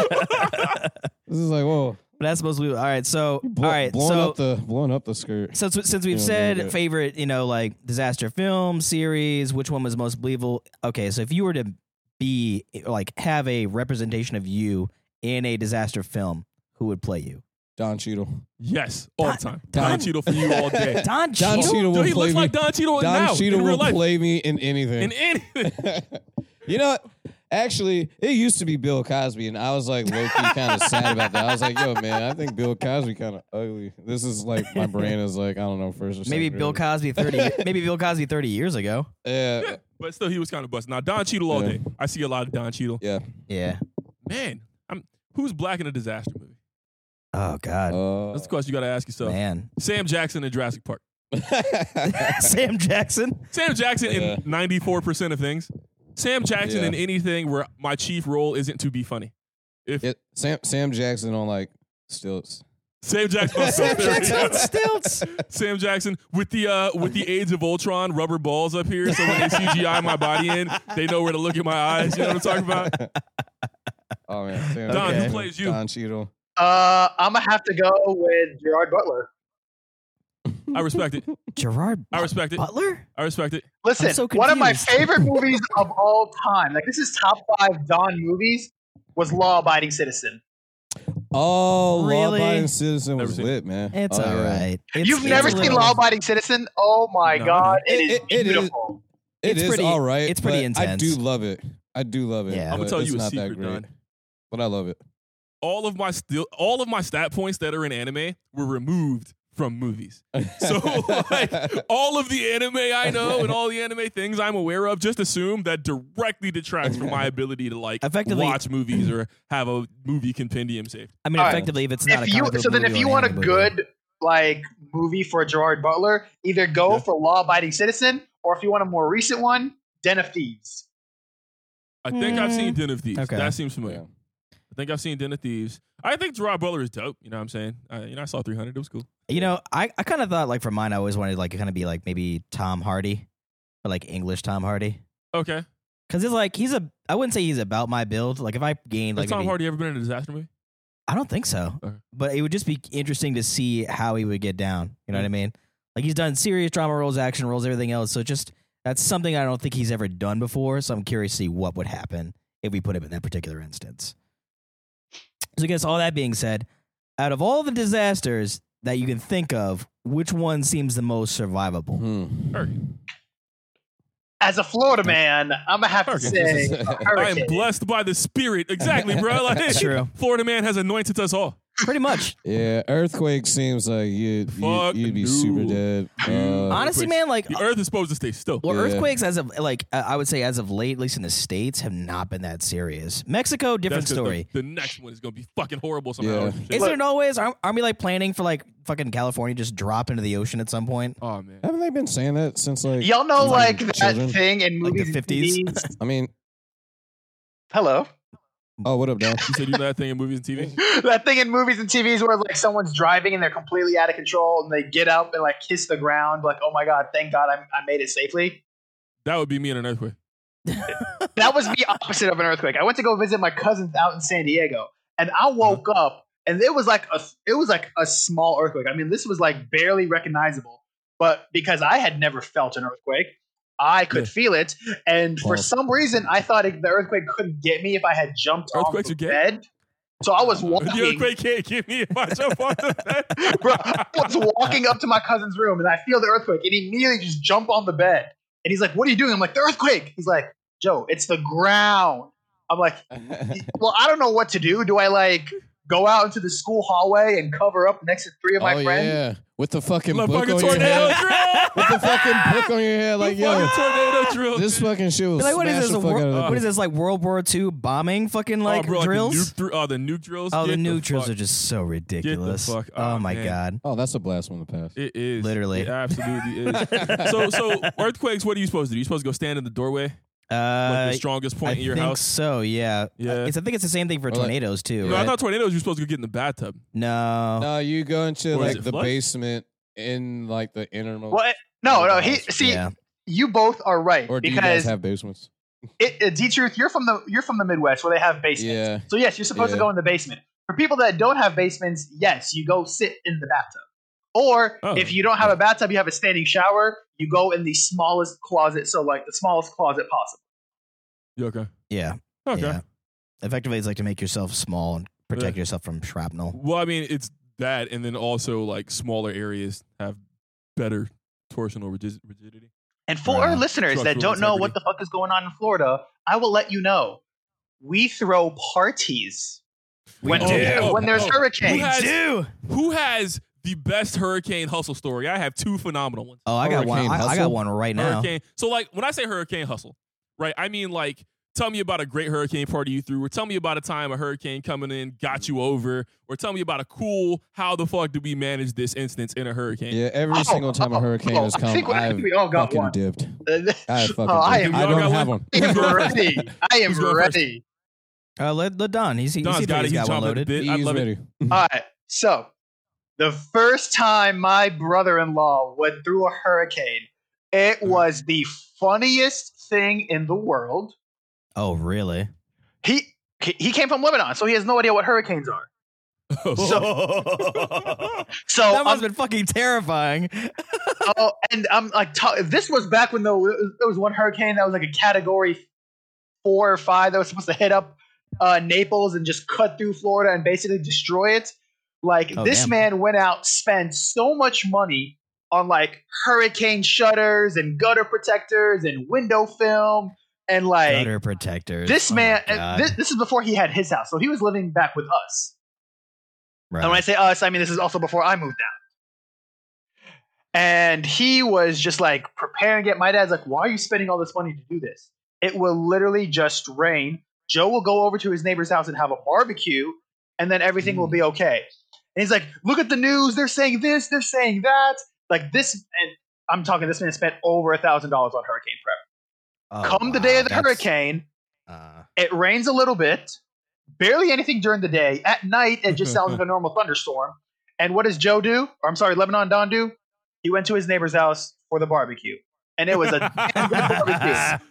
This is like whoa, but that's supposed to be all right. So, bl- all right, blowing so up the blowing up the skirt. since since we've Yeah, said yeah, yeah. favorite, you know, like disaster film series, which one was most believable? Okay, so if you were to be like have a representation of you in a disaster film, who would play you? Don Cheadle. yes, all the time. Don, Don- Cheadle for you all day. Don Don Cheadle. Cheadle Dude, will he play looks me. like Don Cheadle Don now Cheadle in real will life. play me in anything. in anything. you know, actually, it used to be Bill Cosby, and I was like low key kind of sad about that. I was like, yo, man, I think Bill Cosby kind of ugly. This is like my brain is like, I don't know, first or Maybe second Bill grade. Cosby thirty. maybe Bill Cosby thirty years ago. Yeah, But still, he was kind of busted. Now Don Cheadle all Yeah. day. I see a lot of Don Cheadle. yeah. Yeah. Man, I'm who's black in a disaster movie? Oh God, Uh, That's the question you got to ask yourself. man. Sam Jackson in Jurassic Park. Uh, Sam Jackson. Sam Jackson Yeah. in ninety four percent of things. Sam Jackson Yeah. in anything where my chief role isn't to be funny. If it, Sam Sam Jackson on like stilts. Sam Jackson, on Sam Sam, Jackson on Jackson stilts. Sam Jackson with the uh, with the AIDS of Ultron rubber balls up here, so when they CGI my body in, they know where to look at my eyes. You know what I'm talking about? Oh man, Sam Don, who Jackson, plays you? Don Cheadle. uh i'm gonna have to go with gerard butler I respect it. Gerard I respect it. Butler. I respect it. listen so one of my confused. favorite movies of all time like this is top five don movies was law abiding citizen Oh, Law Really? Abiding Citizen Never was seen lit, man. It's Oh, all yeah. right. It's- you've it's never a seen little- law abiding citizen oh my No, I god it is It- it- it is- beautiful It's it's pretty- all right. it's pretty but intense. I do love it. I do love it. Yeah. I'ma but tell it's you a not that secret, great, Don. but I love it. All of my still all of my stat points that are in anime were removed from movies. So like all of the anime I know and all the anime things I'm aware of, just assume that directly detracts from my ability to like Effectively- watch movies or have a movie compendium saved. I mean, All right. effectively, if it's not if a you comic book so then movie if you or an want a anime movie. good like movie for gerard butler either go Yeah. for law abiding citizen or if you want a more recent one den of thieves I think I've seen Den of Thieves. Okay. That seems familiar. Yeah. I think I've seen Den of Thieves. I think Gerard Butler is dope. You know what I'm saying? Uh, you know, I saw 300. It was cool. You know, I, I kind of thought like for mine, I always wanted like kind of be like maybe Tom Hardy, or like English Tom Hardy, Okay. because it's like he's a I wouldn't say he's about my build. Like if I gained Has like Tom maybe- Hardy ever been in a disaster movie? I don't think so, Okay. but it would just be interesting to see how he would get down. You know what I mean? Like he's done serious drama roles, action roles, everything else. So just that's something I don't think he's ever done before. So I'm curious to see what would happen if we put him in that particular instance. So I guess all that being said, out of all the disasters that you can think of, which one seems the most survivable? Hmm. Hurricane. as a Florida man, I'm gonna have to Hurricane. I say am I am hurricane. blessed by the spirit. Exactly, bro. Like, That's true. Florida man has anointed us all. Pretty much. Yeah, earthquake seems like you, you Fuck you'd be no. super dead. Uh, Honestly, man, like The Earth is supposed to stay still. Well, Yeah. earthquakes as of like uh, I would say as of late, at least in the states, have not been that serious. Mexico, different That's 'cause story. The, the next one is gonna be fucking horrible somehow. Yeah. or some shit. Isn't it always? Aren't, aren't we like planning for like fucking California just drop into the ocean at some point? oh man, haven't they been saying that since like? Y'all know since, like that children? thing in Like the movies and 50s? TVs? I mean, Hello, oh, what up, Dad? you said you know that thing in movies and TV. that thing in movies and TVs where like someone's driving and they're completely out of control and they get up and like kiss the ground, like oh my god, thank God I, I made it safely. That would be me in an earthquake. that was the opposite of an earthquake. I went to go visit my cousins out in San Diego, and I Uh-huh. woke up and it was like a it was like a small earthquake. I mean, this was like barely recognizable, but because I had never felt an earthquake, I could Yeah. feel it, and for Wow. some reason, I thought it, the earthquake couldn't get me if I had jumped off Earthquakes the are gay? bed. So I was walking. The earthquake can't get me if I jump off the bed. Bro, I was walking up to my cousin's room and I feel the earthquake and he immediately just jump on the bed. And he's like, What are you doing? I'm like, The earthquake. He's like, Joe, it's the ground. I'm like, Well, I don't know what to do. Do I like go out into the school hallway and cover up next to three of my oh friends? yeah, with the fucking The book on fucking your tornado head. drill. With the fucking book on your head, like The yo, fucking tornado drill. this dude. fucking shit was Like what is this? the A fuck wor- out of uh, that what is bitch. this like World War II bombing fucking like oh, bro, drills? Like the nuke, thr- oh, the nuke drills. oh, the Get new drills fuck- are just so ridiculous. fuck oh out, my man. god. Oh, that's a blast from the past. It is Literally. It absolutely is. so, so earthquakes. What are you supposed to do? You supposed to go stand in the doorway, like Uh, the strongest I point in your think house. so. Yeah. Yeah. Uh, It's, I think it's the same thing for Or like- tornadoes too. No, I right? thought tornadoes. You're supposed to go get in the bathtub. no. No, you go into Or is like it the flood? basement in like the innermost. What? No, no. He Yeah. see, yeah. you both are right Or do you guys eh, because have basements? it, it, D-Truth, you're from the you're from the Midwest where they have basements. Yeah. So yes, you're supposed to Yeah. go in the basement. For people that don't have basements, yes, you go sit in the bathtub. Or Oh. if you don't have a bathtub, you have a standing shower. You go in the smallest closet, so like the smallest closet possible. You okay? Yeah. Okay. Yeah. Effectively, it's like to make yourself small and protect yourself from shrapnel. Well, I mean, it's that, and then also like smaller areas have better torsional rigid- rigidity. And for Right. our listeners that Structural don't know integrity. what the fuck is going on in Florida, I will let you know. We throw parties when, do. Oh, when there's oh. hurricanes. We had- do. Who has the best hurricane hustle story? I have two phenomenal ones. Oh, I got one. Hurricane I, I got Hustle? one right now. Hurricane. So, like, when I say hurricane hustle, right? I mean, like, tell me about a great hurricane party you threw, or tell me about a time a hurricane coming in got you over, or tell me about a cool how the fuck did we manage this instance in a hurricane? Yeah, every Oh, single time oh, a hurricane oh, has I come, think we- I I've think we all got fucking one. dipped. I have fucking oh, I dipped. am, We I all don't got have one. I am ready. I am Who's going first? ready. Uh, let, let Don. He's, he, Don's he's got got, it. he's got He's one jumping. loaded. Bit- I He's love it. ready. All right. So, the first time my brother in law went through a hurricane, it Mm. was the funniest thing in the world. Oh, really? He he he came from Lebanon, so he has no idea what hurricanes are. So, So that must Oh, I'm- have been fucking terrifying. oh, and I'm like, t- this was back when there was, there was one hurricane that was like a category four or five that was supposed to hit up uh, Naples and just cut through Florida and basically destroy it. Like Oh, this damn. man went out, spent so much money on like hurricane shutters and gutter protectors and window film and like Gutter protectors. this Oh my man. God. This, this is before he had his house, so he was living back with us. Right. And when I say us, I mean this is also before I moved out. And he was just like preparing it. My dad's like, why are you spending all this money to do this? It will literally just rain. Joe will go over to his neighbor's house and have a barbecue, and then everything Mm. will be okay. And he's like, look at the news. They're saying this, they're saying that. Like this, and I'm talking, this man spent over a $1,000 on hurricane prep. Oh, Come the wow, day of the that's- hurricane, uh, it rains a little bit, barely anything during the day. At night, it just sounds like a normal thunderstorm. And what does Joe do? Or I'm sorry, Lebanon Don do? He went to his neighbor's house for the barbecue, and it was a damn good barbecue.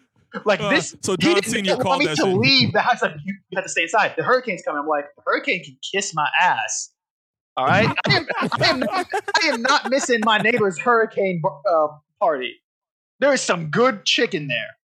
Like this, Uh, so he Don didn't Senior even want called me that to shit. leave the house. Like you, you had to stay inside. The hurricane's coming. I'm like, the hurricane can kiss my ass. All right, I am, I am, not, I am not missing my neighbor's hurricane bar- uh, party. There is some good chicken there.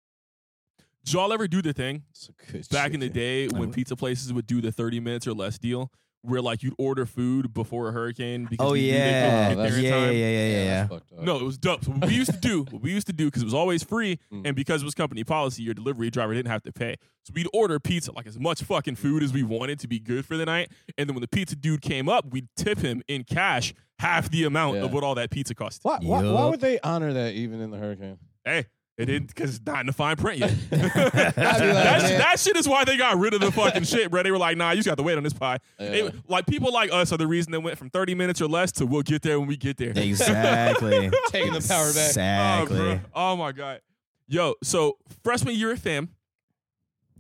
Did y'all ever do the thing It's a good back in the chicken. day when would. pizza places would do the 30 minutes or less deal where like you'd order food before a hurricane because Oh you knew they couldn't yeah, get there yeah, in yeah, yeah, time. yeah, yeah. yeah. that's fucked up. No, it was dope. So what we used to do, what we used to do, because it was always free, Mm. and because it was company policy, your delivery driver didn't have to pay. So we'd order pizza, like as much fucking food as we wanted to be good for the night. And then when the pizza dude came up, we'd tip him in cash half the amount Yeah. of what all that pizza cost. Why, why, why Yup. would they honor that even in the hurricane? Hey, it didn't because it's not in the fine print yet. I'd be like, That's- man, that shit is why they got rid of the fucking shit, bro. They were like, nah, you just got to wait on this pie. yeah. They- like people like us are the reason they went from 30 minutes or less to we'll get there when we get there. Exactly. Taking the power back. Oh, Exactly. bro. Oh, my god. Yo, so freshman year at fam,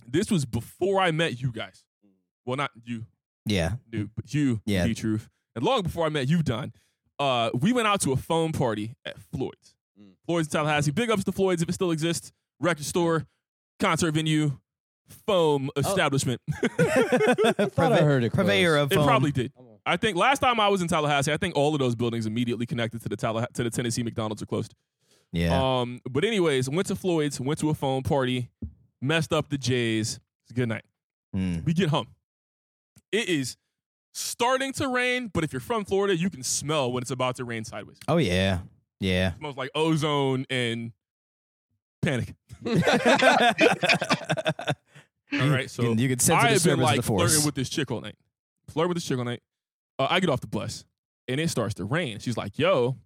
this was before I met you guys. Well, not you, yeah. dude, but you, Yeah. the truth. And long before I met you, Don, uh, we went out to a phone party at Floyd's. Mm. Floyd's in Tallahassee. Big ups to Floyd's if it still exists. Record store, concert venue, foam establishment. I thought I heard it. Purveyor close. of It foam. probably did. Come on. I think last time I was in Tallahassee, I think all of those buildings immediately connected to the Tallah- to the Tennessee McDonald's are closed. yeah. Um, but anyways, went to Floyd's, went to a phone party, messed up the Jays. It's a good night. Mm. We get home. It is starting to rain, but if you're from Florida, you can smell when it's about to rain sideways. Oh yeah. Yeah. smells like ozone and panic. All right, so you, can, you can sense the I have been disturbance of like the force. flirting with this chick all night. Flirting with this chick all night. Uh, I get off the bus and it starts to rain. She's like, yo,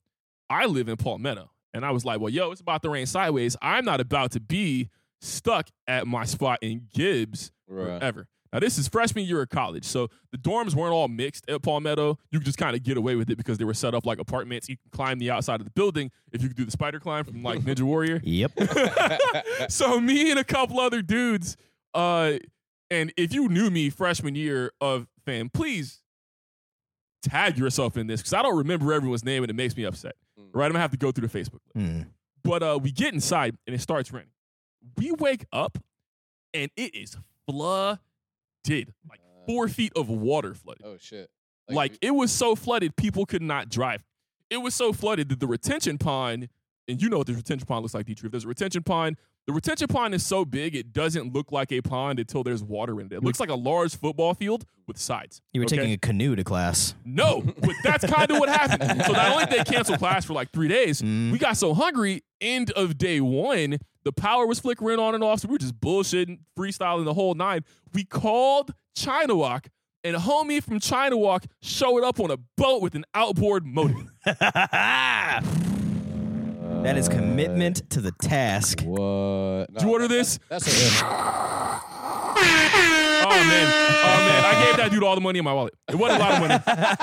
I live in Palmetto. And I was like, well, yo, it's about to rain sideways. I'm not about to be stuck at my spot in Gibbs Right. forever. Now, this is freshman year of college. So the dorms weren't all mixed at Palmetto. You could just kind of get away with it because they were set up like apartments. You can climb the outside of the building if you could do the spider climb from like Ninja Warrior yep. Uh, so me and a couple other dudes, uh, and if you knew me freshman year of fam, please tag yourself in this because I don't remember everyone's name and it makes me upset. Mm. Right, I'm gonna have to go through the Facebook. list. Mm. But uh, we get inside and it starts raining. We wake up and it is flooded, like Uh. four feet of water flooded. Oh shit. Like it was so flooded, people could not drive. It was so flooded that the retention pond, and you know what the retention pond looks like, Dietrich. If there's a retention pond, the retention pond is so big it doesn't look like a pond until there's water in it. It looks like a large football field with sides. You were Okay? taking a canoe to class. no, but that's kind of what happened. So not only did they cancel class for like three days, Mm. Mm-hmm. we got so hungry. End of day one, the power was flickering on and off, so we were just bullshitting, freestyling the whole nine. We called China Walk, and a homie from China Walk showed up on a boat with an outboard motor. that is commitment to the task. Uh, What? No, Did you order this? That's a hit. Oh man, oh man! I gave that dude all the money in my wallet. It wasn't a lot of money.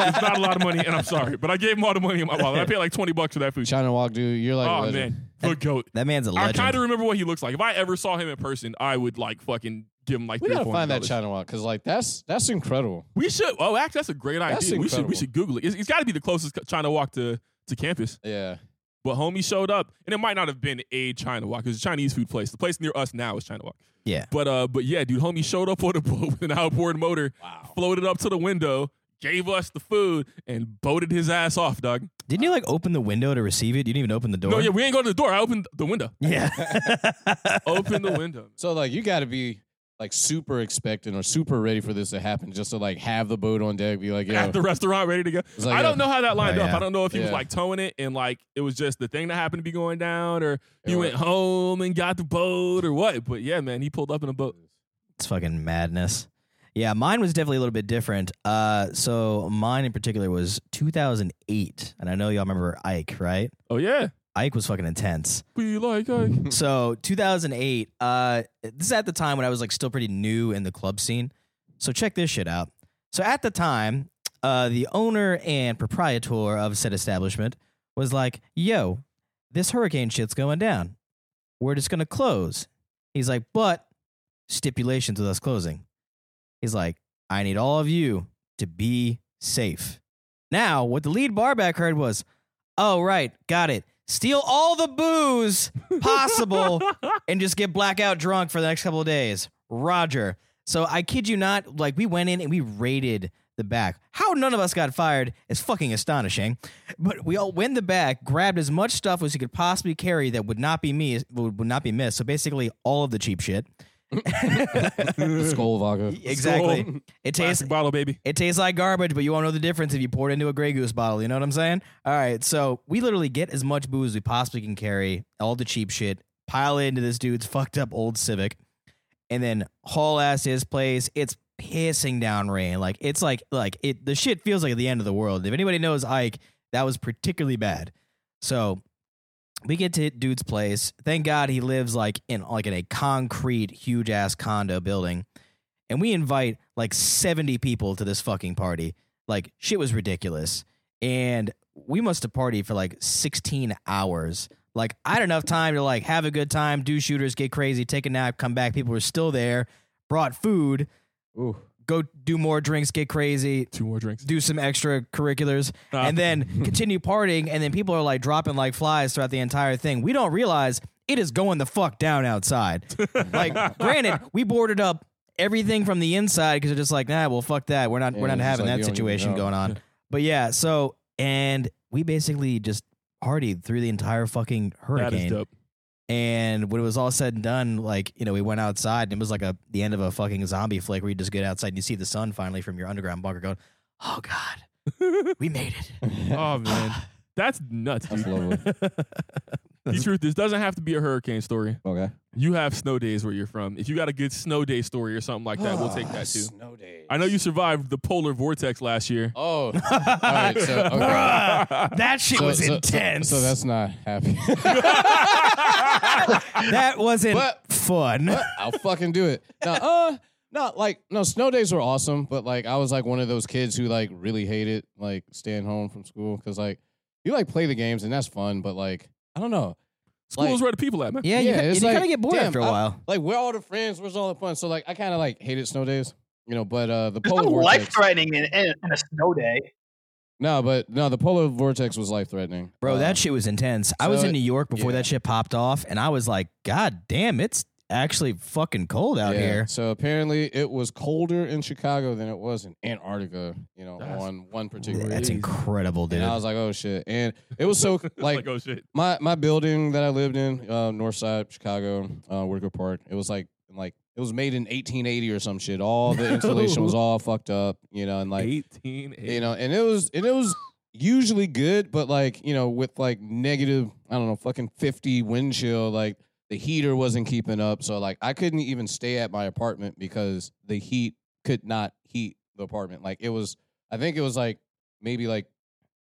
It's not a lot of money, and I'm sorry, but I gave him all the money in my wallet. I paid like twenty bucks for that food. China walk, dude. You're like. a Oh legend. man, the goat. That man's a I legend. kind of remember what he looks like. If I ever saw him in person, I would like fucking give him like We three or gotta four find hundred that dollars. China walk because like that's that's incredible. We should. Oh, actually, that's a great idea. That's we should. We incredible. should Google it. It's- it's got to be the closest co- China Walk to to campus. Yeah. But homie showed up, and it might not have been a China Walk. It was a Chinese food place. The place near us now is China Walk. yeah. But uh, but yeah, dude, homie showed up on a boat with an outboard motor, Wow. floated up to the window, gave us the food, and boated his ass off, dog. Didn't you like open the window to receive it? You didn't even open the door. No, yeah, we ain't going to the door. I opened the window. yeah. Open the window. So like you got to be like super expectant or super ready for this to happen just to like have the boat on deck. Be like, yo, at the restaurant ready to go. It's like I a- don't know how that lined Oh, up. yeah. I don't know if he was Yeah. like towing it and like it was just the thing that happened to be going down or he Yeah. went home and got the boat or what. But yeah, man, he pulled up in a boat. It's fucking madness. Yeah, mine was definitely a little bit different. Uh, so mine in particular was 2008, and I know y'all remember Ike, right? Oh yeah. Ike was fucking intense. We like uh, like so 2008, uh, this is at the time when I was like still pretty new in the club scene. So check this shit out. So at the time, uh, the owner and proprietor of said establishment was like, "Yo, this hurricane shit's going down. We're just gonna close." He's like, "But stipulations with us closing." He's like, "I need all of you to be safe." Now, what the lead barback heard was, "Oh right, got it. Steal all the booze possible and just get blackout drunk for the next couple of days." Roger. So I kid you not, like we went in and we raided the back. How none of us got fired is fucking astonishing. But we all went in the back, grabbed as much stuff as you could possibly carry that would not be me would would not be missed. So basically all of the cheap shit. Skull vodka. exactly. Skull. It tastes Plastic bottle, baby. It tastes like garbage, but you won't know the difference if you pour it into a Grey Goose bottle. You know what I'm saying? All right, so we literally get as much booze as we possibly can carry, all the cheap shit, pile it into this dude's fucked up old Civic, and then haul ass to his place. It's pissing down rain. Like it's like like it. The shit feels like the end of the world. If anybody knows Ike, that was particularly bad. So we get to dude's place. Thank God he lives like in like in a concrete huge ass condo building and we invite like 70 people to this fucking party. Like shit was ridiculous. And we must have partied for like 16 hours. Like I had enough time to like have a good time, do shooters, get crazy, take a nap, come back. People were still there, brought food, Ooh. go do more drinks, get crazy, Two more drinks. do some extracurriculars, Ah. and then continue partying. And then people are like dropping like flies throughout the entire thing. We don't realize it is going the fuck down outside. like, granted, we boarded up everything from the inside because they're just like, nah, well, fuck that. We're not, Yeah, we're not it's just having like, that you don't even situation know. going on. But yeah, so and we basically just partied through the entire fucking hurricane. that is dope. And when it was all said and done, like, you know, we went outside and it was like a the end of a fucking zombie flick where you just get outside and you see the sun finally from your underground bunker going, Oh God, we made it. Oh man, that's nuts. That's dude. lovely. The truth, this doesn't have to be a hurricane story. Okay. You have snow days where you're from. If you got a good snow day story or something like that, we'll take that too. Snow days. I know you survived the polar vortex last year. Oh. All right. So, okay. Bruh, that shit So- was so- so- intense. So, that's not happy. that wasn't But- fun. I'll fucking do it. No, uh, no, like no, snow days were awesome, but like I was like one of those kids who like really hated like staying home from school because like you like play the games and that's fun, but like I don't know, Schools like- where the people at, man. yeah, you, yeah, ki- it's you like, kinda get bored damn, after a I- while. like where all the friends, where's all the fun? So like I kind of like hated snow days, you know. But uh, the There's polar no life vortex. threatening in, in, in a snow day. No, but no, the polar vortex was Um, life threatening, Bro, that shit was intense. I was so in it- New York before yeah. that shit popped off, and I was like, God damn, it's actually fucking cold out Yeah, here. So apparently it was colder in Chicago than it was in Antarctica, you know, That's on one particular. That's Crazy. incredible, dude. And I was like, oh shit. And it was so like oh shit. my my building that I lived in, uh, North Side, Chicago, uh, Whitaker Park. It was like like it was made in 1880 or some shit. All the insulation was all fucked up, you know, and like Eighteen. you know, and it was and it was usually good, but like you know, with like negative, I don't know, fucking 50 wind chill, like the heater wasn't keeping up, so like I couldn't even stay at my apartment because the heat could not heat the apartment. Like it was, I think it was like maybe like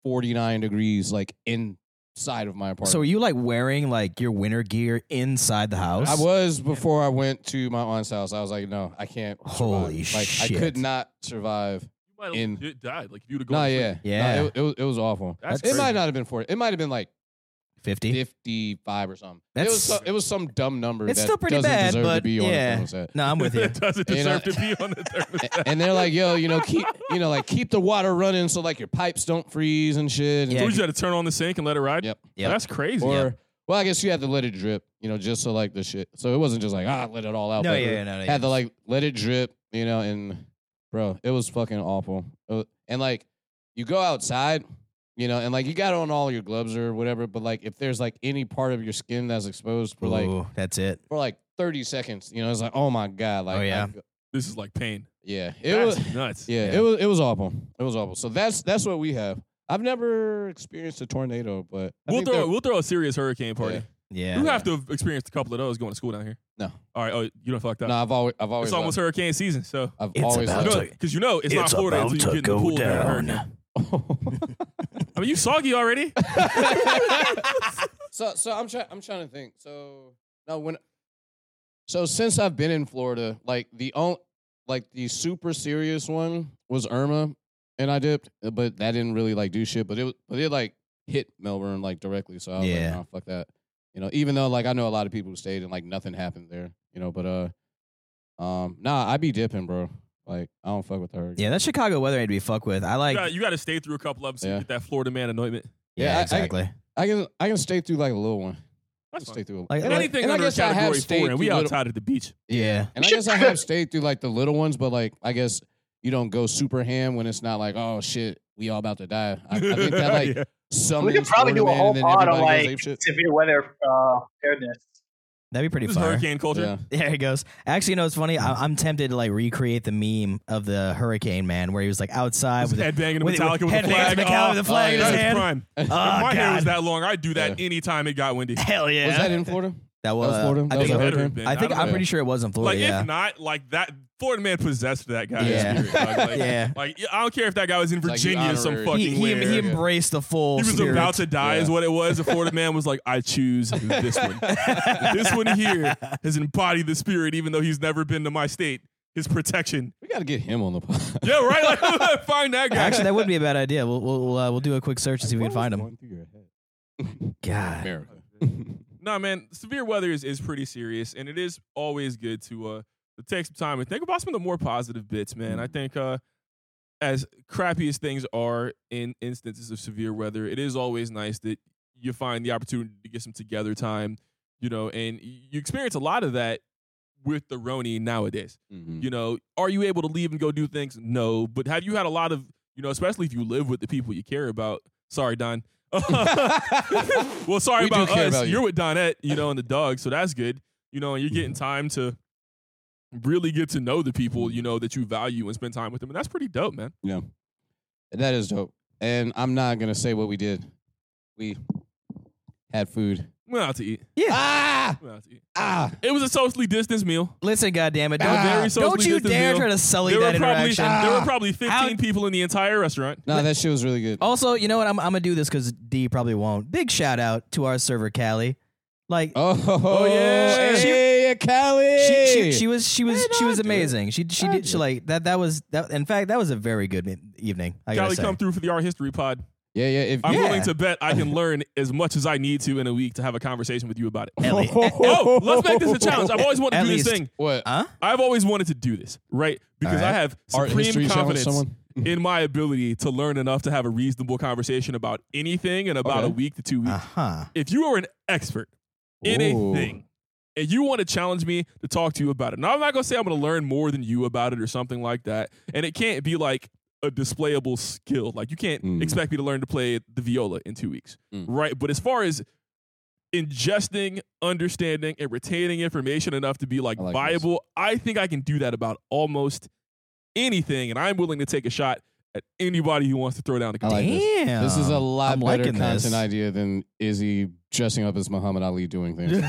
49 degrees, like inside of my apartment. so, are you like wearing like your winter gear inside the house? I was before I went to my aunt's house. I was like, no, I can't. survive. Holy like, I shit. could not survive. You might have in- legit died. Like if you'd have No, gone. to sleep. yeah, No, Yeah. it, it was it was awful. That's it might crazy. not have been forty. It might have been like 50? fifty five or something. it That's- was so, it was some dumb number. It's that still pretty doesn't bad, deserve but to be on yeah. the thermostat. No, I'm with you. it doesn't You know- deserve to be on the thermostat. And they're like, yo, you know, keep you know, like keep the water running so like your pipes don't freeze and shit. And Yeah. So we just had to turn on the sink and let it ride. Yep. Yep. That's crazy. Or well, I guess you had to let it drip, you know, just so like the shit. So it wasn't just like ah, let it all out. No, baby. yeah, yeah, no, no, had to yeah. like let it drip, you know, and bro, it was fucking awful. It wa- And like you go outside, you know, and like you got on all your gloves or whatever, but like if there's like any part of your skin that's exposed for like Ooh, that's it. for like 30 seconds, you know, it's like oh my god, like Oh, yeah. I- this is like pain. yeah, it That's was nuts. yeah, Yeah. it was it was awful. It was awful. So that's that's what we have. I've never experienced a tornado, but I We'll think throw they're- we'll throw a serious hurricane party. Yeah. Yeah. You have to have experienced a couple of those going to school down here. No. All right. Oh, you don't fucked up. no, I've always I've always it's almost loved- hurricane season, so I've It's always about loved- to- because you know it's, not Florida until you get in the pool. during a hurricane. I mean, you soggy already. so so I'm trying I'm trying to think. So no when so since I've been in Florida, like the only like the super serious one was Irma, and I dipped, uh, but that didn't really like do shit. But it was but it like hit Melbourne like directly. So I was Yeah. like, oh, fuck that. You know, even though like I know a lot of people who stayed and like nothing happened there. You know, but uh, um, nah, I be dipping, bro. Like I don't fuck with her. Yeah, that Chicago weather ain't to be fucked with. I like. you, gotta, you gotta stay through a couple of them so Yeah. you get that Florida man anointment. yeah, Yeah, I- I- exactly. I can I can stay through like a little one. I can That's fine. stay through. A, Like- and I- Anything and I under guess I have category stayed four, and we through little- outside at the beach. yeah. And We I should- guess I have stayed through like the little ones, but like I guess you don't go super ham when it's not like, oh shit, we all about to die. I, I think that like Yeah. some we could probably do a whole pod on like severe weather uh, preparedness. That'd be pretty This is fire. hurricane culture. Yeah. There he goes. Actually, you know, it's funny. I, I'm tempted to like recreate the meme of the hurricane man where he was like outside Just with a headbanging with- Metallica with, headbanging the flag. Metallica with Oh, the flag in that his is hand. prime. Oh, if my hair God. was that long, I'd do that Yeah. anytime it got windy. Hell yeah. Was that in Florida? That uh, That was Florida. That I was think, a better hurricane. been. I think don't I'm know. pretty sure it was in Florida. Like yeah. if not, like that Florida man possessed that guy. Yeah. Like, like, Yeah, like, I don't care if that guy was in Like, you Virginia or some honorary- fucking he, he, where. he embraced the full. He was spirit. about to die, is Yeah. what it was. The Florida man was like, I choose this one. this one here has embodied the spirit, even though he's never been to my state. His protection. We got to get him on the pod. Yeah, right? Like, find that guy. Actually, that would be a bad idea. We'll we'll we'll, uh, we'll do a quick search and see if we What can find was him. going through your head? God, America. No, man, severe weather is, is pretty serious, and it is always good to uh to take some time and think about some of the more positive bits, man. I think uh as crappy as things are in instances of severe weather, it is always nice that you find the opportunity to get some together time, you know, and y- you experience a lot of that with the Roni nowadays. Mhm. You know, are you able to leave and go do things? No. But have you had a lot of, you know, especially if you live with the people you care about? Sorry, Don. well, sorry We do about care us. about you. are with Donette, you know, and the dog, so that's good. You know, and you're Mm-hmm. getting time to really get to know the people, you know, that you value and spend time with them. And that's pretty dope, man. That is dope. And I'm not going to say what we did. We had food. Went out to eat. yeah. Ah! Went out to eat. Ah! It was a socially distanced meal. Listen, goddamn it! Don't, Ah, very don't socially you distant dare meal. try to sully There were, that probably, interaction. there were Ah. probably 15 How- people in the entire restaurant. No, that shit was really good. Oh. Also, you know what? I'm, I'm gonna do this because D probably won't. Big shout out to our server Callie. Like Oh, yeah. Hey, Callie! she, she, she was she was Man, she was I'll do it. amazing. She she I'll did do she it. like that that was that. In fact, that was a very good e- evening. I gotta Callie say. come through for the Art History Pod. yeah, yeah. If, I'm Yeah. willing to bet I can learn as much as I need to in a week to have a conversation with you about it. Ellie. Oh, let's make this a challenge. I've always wanted to At do this least. thing. What? Huh? I've always wanted to do this, right? Because I Alright. have Art supreme history challenge confidence someone? in my ability to learn enough to have a reasonable conversation about anything in about Okay. a week to two weeks. Uh huh. If you are an expert in Ooh. a thing and you want to challenge me to talk to you about it, now I'm not going to say I'm going to learn more than you about it or something like that. And it can't be like a displayable skill. Like you can't Mm. expect me to learn to play the viola in two weeks, Mm. right? But as far as ingesting, understanding, and retaining information enough to be like, I like viable, I think I can do that about almost anything. And I'm willing to take a shot at anybody who wants to throw down the I like this. Damn. This Um, is a lot I'm better liking content this. idea than Izzy dressing up as Muhammad Ali doing things.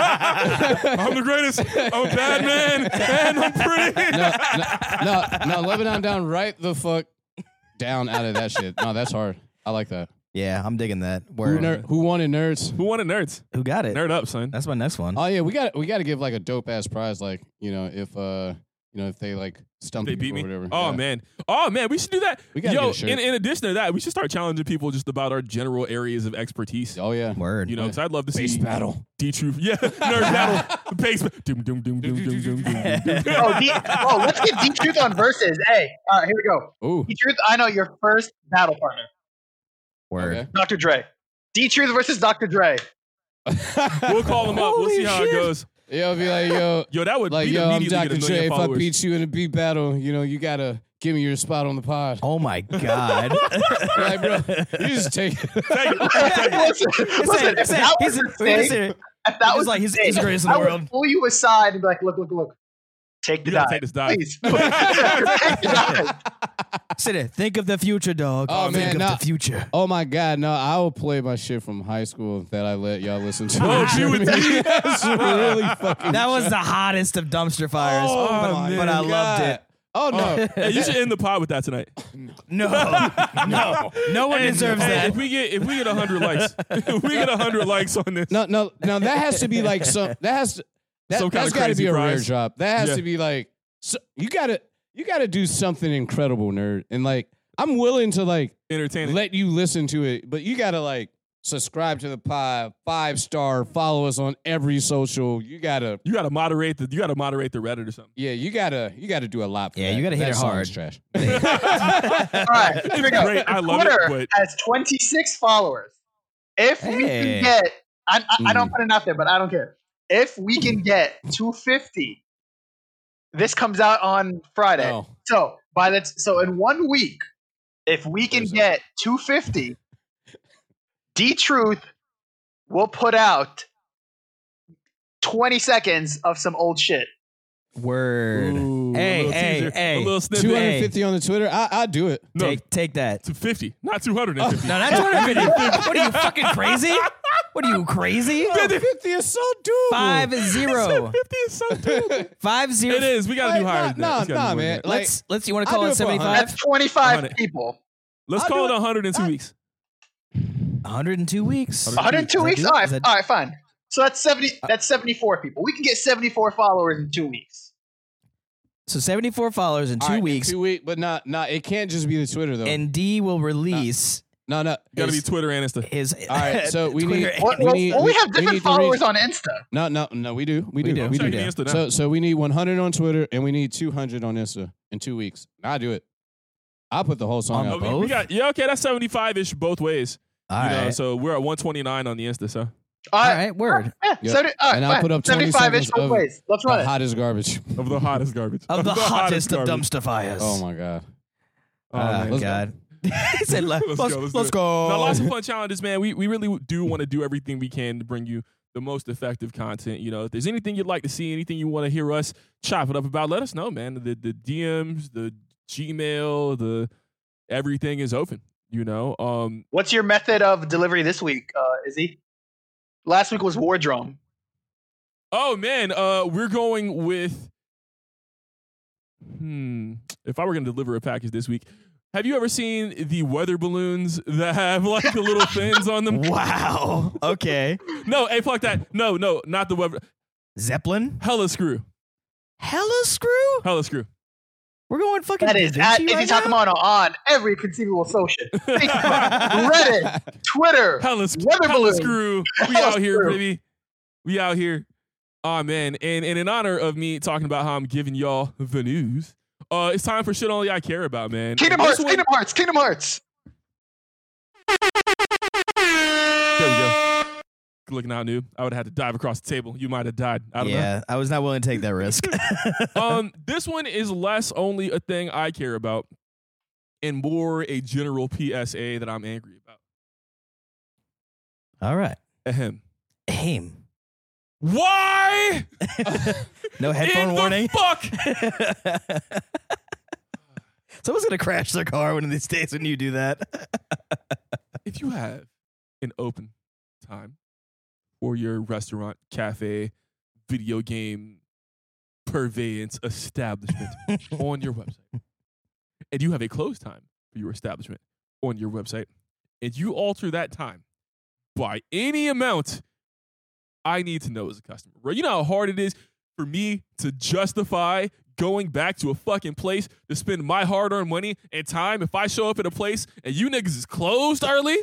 I'm the greatest. I'm a bad man, and I'm pretty. no, no, no, no, Lebanon down right the fuck down out of that shit. No, that's hard. I like that. Yeah, I'm digging that. Who, Word. ner- who wanted nerds? Who wanted nerds? Who got it? Nerd up, son. That's my next one. Oh yeah, we got we got to give like a dope ass prize, like you know if uh you know if they like stump They you beat or me. whatever. Oh Yeah. man. Oh man. We should do that. We gotta Yo. get a shirt. In, in addition to that, we should start challenging people just about our general areas of expertise. Oh yeah. Word. You know, because I'd love to Space see battle. D Truth. Yeah, nerd battle. Base. Doom doom doom doom doom doom doom. doom. Oh, D- oh, let's get D Truth on versus. Hey, all right, here we go. Ooh. D Truth, I know your first battle partner, Word. Okay. Dr. Dre. D Truth versus Dr. Dre. We'll call them up. We'll Holy see how it shit. goes. Yo, be like yo, Yo, that would like we'd yo, I'm Dr. immediately get a J. million If I followers. beat you in a beat battle, you know you gotta give me your spot on the pod. Oh my god. Like bro, you just take. Thank you. Thank you. listen, He's listen, saying- if he's saying- he's- we're gonna say- that was a mistake, if that he's was like, a he's- mistake, he's greatest in the I world. would pull you aside and be like, look, look, look, take the You gotta dive. take this dive. Please. Take the dive. Sit there. Think of the future, dog. Oh, Think man, of nah. the future. Oh my God! No, I will play my shit from high school that I let y'all listen to. Oh, gee, with me. That's really fucking. That was the hottest of dumpster fires, Oh, but, my but I loved it. Oh no! Hey, you should end the pod with that tonight. No, no, no one deserves Hey, that. If we get if we get hundred likes, if we get hundred likes on this. no, no, no! That has to be like some. That has to. That, Some kind has of got to crazy be a rare prize. drop. That has Yeah. to be like so, you got to you got to do something incredible, nerd. And like I'm willing to like entertaining. let you listen to it, but you got to like subscribe to the pod, five star, follow us on every social. You gotta. you got to moderate the you got to moderate the Reddit or something. Yeah, you gotta you gotta do a lot. For Yeah, that. you gotta hit That it song hard. is Trash. All right, here we go. Great, I love it, Twitter but- has 26 followers. If we Hey. Hmm. can get, I, I, I don't put it out there, but I don't care. If we can get 250, this comes out on Friday. Oh. No. So by the t- so in one week, if we can There's a- get 250, D Truth will put out 20 seconds of some old shit. Word. Ooh. hey, a little hey, teaser, hey. a little snippet. 250 on the Twitter. I I do it. No, Take take that. to 50, not 250. No, not 250. what are you fucking crazy? What are you crazy? 250 is so doable. Five zero. 50 is so doable. Five zero. It is. We got to do Like, higher nah, than nah, that. It's gotta nah, be more than man. that. Like, Let's let's you want I to call do it it for a seventy hundred. five? That's 25 Got it. people. Let's I'll call do it it. 102 I- weeks. hundred and two weeks. 102 Is that weeks? do- All right, is that- all right, fine. So that's 70 that's 74 people. We can get 74 followers in 2 weeks. So seventy four followers in two All right, in weeks, Two weeks, but not not. It can't just be the Twitter though. and D will release no, no. Got to be it's- Twitter and Insta. his. All right, so we Twitter need- and- Well, well, need- well, we, we- have we different need to followers reach- on Insta. no, no, no. We do. We We do. do. We Check do. the Insta now. So so we need 100 on Twitter and we need 200 on Insta in two weeks. I do it. I put the whole song On Oh, up. we- We both? got, yeah, okay, that's 75 ish both ways. All you know, right. So we're at 129 on the Insta. So All All right. right. Word Yeah, Yep. 70, all right, And I'll fine. put up 20 75 seconds inch both of ways. Let's The run it. hottest garbage. of the hottest garbage. of the, hottest, of garbage. dumpster fires. Oh my god. Ah, Oh, man. Let's go. God. He said, "Let- Let's let's, go, let's let's, do it." go. Now, lots of fun challenges, man. We we really do want to do everything we can to bring you the most effective content. You know, if there's anything you'd like to see, anything you want to hear us chop it up about, let us know, man. The the DMs, the Gmail, the everything is open. You know, um, What's your method of delivery this week, uh, Izzy? Last week was war drum. Oh man, uh, we're going with. Hmm. If I were going to deliver a package this week, have you ever seen the weather balloons that have like the little fins on them? Wow. Okay. No, hey, fuck that. No, no, not the weather. Zeppelin. Hella screw. Hella screw. Hella screw. We're going fucking. That is Da at Vinci Izzy right now? Takamono on every conceivable social. Facebook, Reddit, Twitter. Hella, sc- Weather hella balloon. screw. We Hella out here, screw. baby. We out here. Oh man. And, and in honor of me talking about how I'm giving y'all the news, uh, it's time for shit only I care about, man. Kingdom And Hearts, this one- Kingdom Hearts, Kingdom Hearts. There we go. Good Looking out new. I would have had to dive across the table. You might have died. I don't yeah, I was not willing to take that risk. know. Um, this one is less only a thing I care about and more a general PSA that I'm angry about. All right. Ahem. Aim. Why? No in headphone warning. The fuck? Someone's gonna crash their car one of these days when you do that. if you have an open time for your restaurant, cafe, video game purveyance establishment on your website, and you have a close time for your establishment on your website, and you alter that time by any amount, I need to know as a customer. Bro, you know how hard it is for me to justify going back to a fucking place to spend my hard earned money and time if I show up at a place and you niggas is closed early?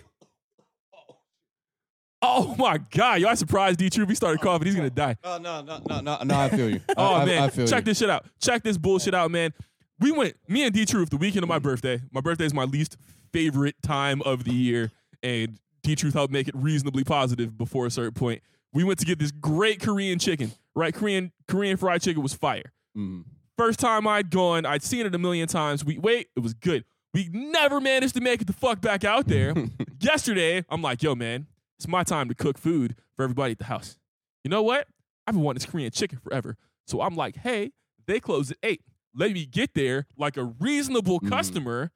Oh my God. Y'all surprised D Troop. He started coughing. He's going to die. Oh no, no, no, no, no! I feel you. I- Oh I, man, I feel check you. this shit out. Check this bullshit out, man. We went me and D Truth the weekend of Mm-hmm. my birthday. My birthday is my least favorite time of the year, and D Truth helped make it reasonably positive before a certain point. We went to get this great Korean chicken, right? Korean Korean fried chicken was fire. Mm. First time I'd gone, I'd seen it a million times. We wait, it was good. We never managed to make it the fuck back out there. Yesterday, I'm like, yo, man, it's my time to cook food for everybody at the house. You know what? I've been wanting this Korean chicken forever. So I'm like, hey, they close at eight. Let me get there like a reasonable Mhm. customer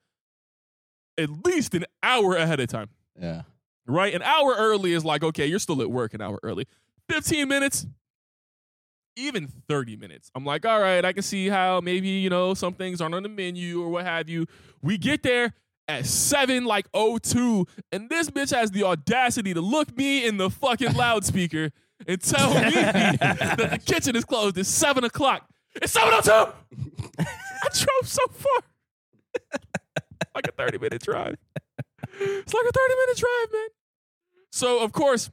at least an hour ahead of time Yeah. right? An hour early is like, okay, you're still at work an hour early. 15 minutes, even 30 minutes. I'm like, all right, I can see how maybe, you know, some things aren't on the menu or what have you. We get there at 7, like 02, and this bitch has the audacity to look me in the fucking loudspeaker and tell me that the kitchen is closed. It's 7 o'clock. It's 7.02! I drove so far. like a 30 minute drive. It's like a 30 minute drive, man. So of course,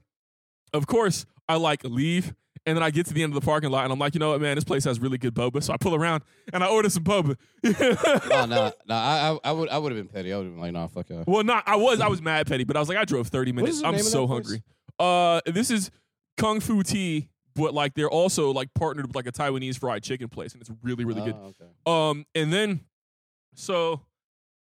of course, I like leave and then I get to the end of the parking lot and I'm like, you know what, man, this place has really good boba. So I pull around and I order some boba. No, no, no. I, I, I would, I would have been petty. I would have been like, nah, fuck y'all. well, not I was I was mad petty, but I was like, I drove 30 What is minutes. the I'm name of so that hungry. Uh this is Kung Fu Tea, but like they're also like partnered with like a Taiwanese fried chicken place, and it's really, really good. Oh, okay. Um, and then so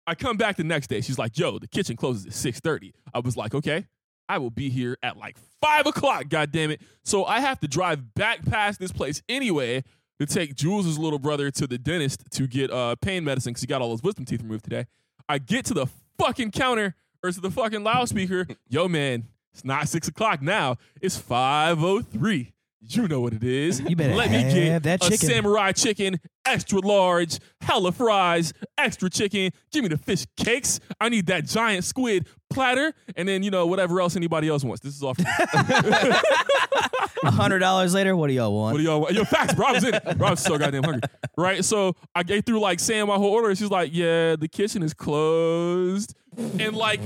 I come back the next day. She's like, "Yo, the kitchen closes at 6.30. I was like, "Okay, I will be here at like five o'clock. God damn it! So I have to drive back past this place anyway to take Jules's little brother to the dentist to get uh, pain medicine because he got all his wisdom teeth removed today. I get to the fucking counter or to the fucking loudspeaker. Yo, man, it's not six o'clock now. It's five o three. You know what it is. You better Let me have get that a chicken. samurai chicken, extra large, hella fries, extra chicken. Give me the fish cakes. I need that giant squid platter, and then you know whatever else anybody else wants. This is all. free. A hundred dollars later, what do y'all want? What do y'all want? Yo, facts, bro. I was in it. Bro, I was so goddamn hungry. Right? So I gave through like Sam my whole order. and She's like, yeah, the kitchen is closed. And like,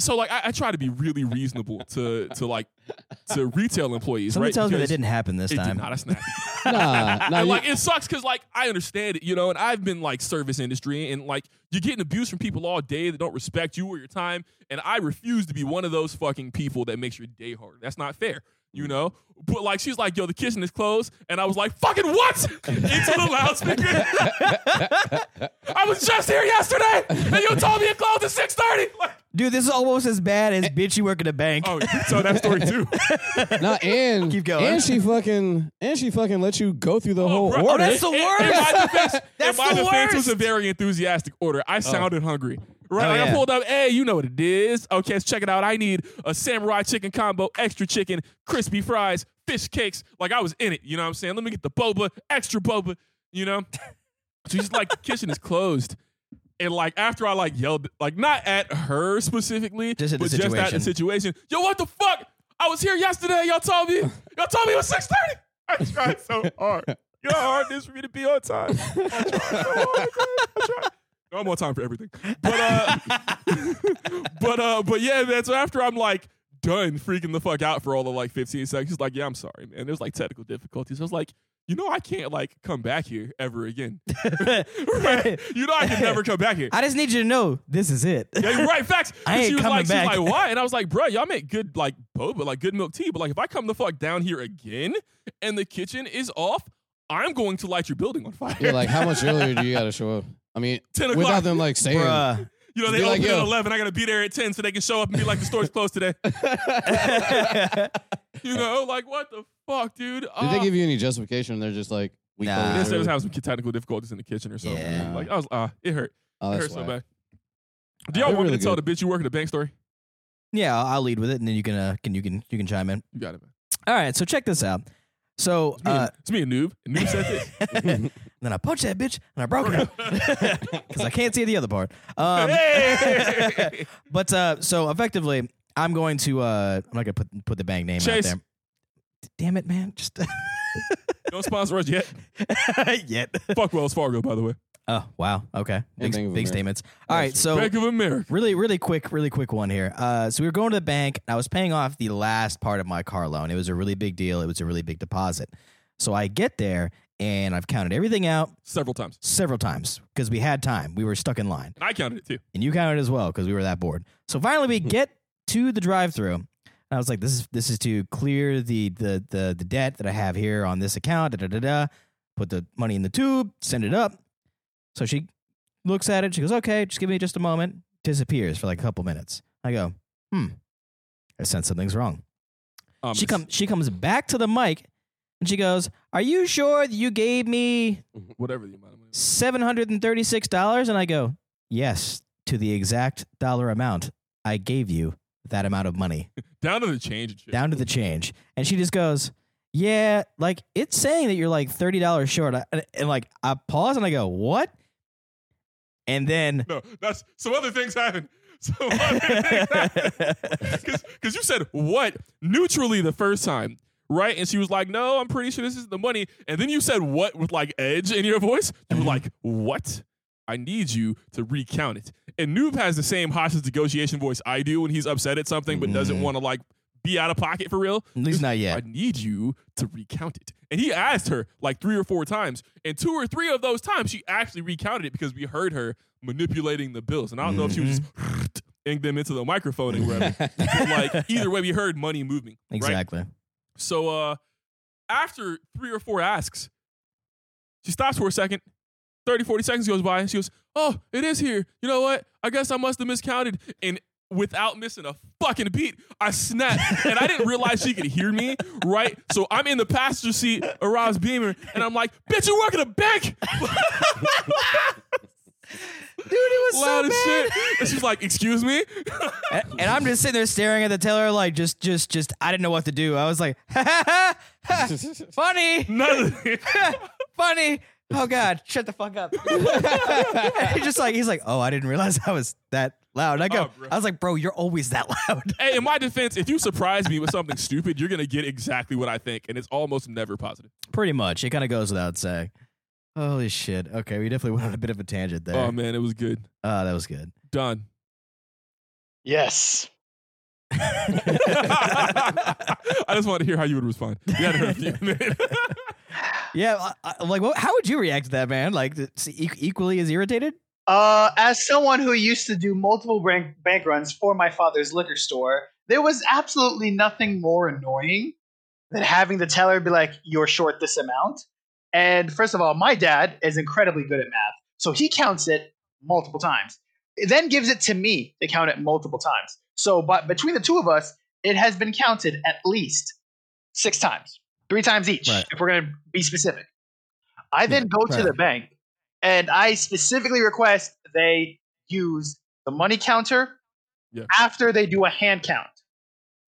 so like I, I try to be really reasonable to to like to retail employees. Somebody right? tells me that Because didn't happen this it time. did not. It's not. Nah, nah. and you- like it sucks because like I understand it, you know, and I've been like service industry and like you're getting abused from people all day that don't respect you or your time, and I refuse to be one of those fucking people that makes your day harder. That's not fair. You know, but like she's like, "Yo, the kitchen is closed," and I was like, "Fucking what?" Into the loudspeaker. I was just here yesterday, and you told me it closed at six thirty. Like, Dude, this is almost as bad as bitch you work at a bank. Eh. oh, so that story too. nah, and Keep going. And she fucking and she fucking let you go through the whole bro. Oh, order. that's the In- In my worst. defense, in That's my the defense, it was worst. a very enthusiastic order. I sounded hungry. Right, Oh, Like, yeah. I pulled up. Hey, you know what it is? Okay, let's check it out. I need a samurai chicken combo, extra chicken, crispy fries, fish cakes. Like I was in it. You know what I'm saying? Let me get the boba, extra boba. You know, she's like, the kitchen is closed. And like after I like yelled, like not at her specifically, Just at the but just at the situation. Yo, what the fuck? I was here yesterday. Y'all told me. Y'all told me it was six thirty. I tried so hard. You know how hard it is for me to be on time. I tried so hard. I tried. No, I'm on time for everything. But uh, but uh, but yeah, man. So after I'm like done freaking the fuck out for all of like 15 seconds, she's like, yeah, I'm sorry, man. There's like technical difficulties. I was like, you know, I can't like come back here ever again. right? You know, I can never come back here. I just need you to know this is it. Yeah, you're right. Facts. I And ain't she was coming like, back. She's like, why? And I was like, bro, y'all make good like boba, like good milk tea. But like, if I come the fuck down here again and the kitchen is off, I'm going to light your building on fire. You're like, how much earlier do you gotta show up? I mean, 10 o'clock. without them like saying, Bruh. you know, they be like, open yo. at eleven. I gotta be there at ten so they can show up and be like, the store's closed today. You know, like what the fuck, dude? did Uh, they give you any justification? They're just like, we Nah. they closed said I was early. having some technical difficulties in the kitchen or something. Yeah. Like I was, uh, it hurt. Oh, It that's hurt so whack. bad. Do y'all They're want me really to tell good. the bitch you work at a bank story? yeah, I'll, I'll lead with it, and then you can uh, can you can you can chime in. You got it, man. All right, so check this out. So It's me, uh, it's me a noob. And noob said this. then I punched that bitch and I broke it because I can't see the other part. Um, Hey! but uh, so effectively, I'm going to uh, I'm not gonna put put the bank name Chase. out there. Damn it, man! Just Don't sponsor us yet. yet. Fuck Wells Fargo, by the way. Oh wow. Okay. Big, Bank of big America. statements. All right. That's So Bank of America. Really, really quick, really quick one here. Uh, so we were going to the bank. And I was paying off the last part of my car loan. It was a really big deal. It was a really big deposit. So I get there and I've counted everything out Several times. several times because we had time. We were stuck in line, And I counted it too. and you counted as well because we were that bored. So finally, we get to the drive-through, and I was like, "This is this is to clear the the the, the debt that I have here on this account." Da da da da. Put the money in the tube, send it up. So she looks at it. She goes, okay, just give me just a moment. Disappears for like a couple minutes. I go, hmm, I sense something's wrong. Um, She, come, she comes back to the mic and she goes, are you sure that you gave me Whatever the amount of money. $736? And I go, yes, to the exact dollar amount I gave you that amount of money Down to the change and shit. down to the change. And she just goes, Yeah, like it's saying that you're like $30 short. I- And, and, like I pause and I go, What? And then No, that's some other things happen. Some other things happen. Because you said what neutrally the first time, right? And she was like, no, I'm pretty sure this is the money. And then you said what with like edge in your voice. You Mm-hmm. were like, what? I need you to recount it. And Noob has the same hostage negotiation voice I do when he's upset at something but doesn't Mhm. want to like be out of pocket for real. At least not yet. I need you to recount it. And he asked her like three or four times. And two or three of those times, she actually recounted it because we heard her manipulating the bills. And I don't know if she was Mm-hmm. just ing them into the microphone and whatever. But, like, either way, we heard money moving. Right? Exactly. So uh, after three or four asks, she stops for a second. 30, 40 seconds goes by. And she goes, Oh, it is here. You know what? I guess I must have miscounted. And without missing a fucking beat. I snapped and I didn't realize she could hear me, right? So I'm in the passenger seat of Rob's Beamer and I'm like, bitch, you work at a bank. Dude, it was Loud so as bad. shit. And she's like, excuse me? And, and I'm just sitting there staring at the teller, like just, just, just. I didn't know what to do. I was like, ha ha ha, ha funny, None of it. funny. Oh God, shut the fuck up. And he's just like he's like, oh, I didn't realize I was that loud. And I go, Oh, bro. I was like, bro, you're always that loud. Hey, in my defense, if you surprise me with something stupid, you're gonna get exactly what I think, and it's almost never positive. Pretty much, it kind of goes without saying. Holy shit. Okay, we definitely went on a bit of a tangent there. Oh man, it was good. Ah, that was good. Done. Yes. I just want to hear how you would respond. You had heard a few, man. Yeah, I, I, like, what, how would you react to that, man? Like, it's e- equally as irritated? Uh, as someone who used to do multiple bank, bank runs for my father's liquor store, there was absolutely nothing more annoying than having the teller be like, "You're short this amount." And first of all, my dad is incredibly good at math, so he counts it multiple times. It then gives it to me to count it multiple times. So, but between the two of us, it has been counted at least six times, three times each, Right. if we're going to be specific. I then go to right. the bank and I specifically request they use the money counter Yeah. after they do a hand count.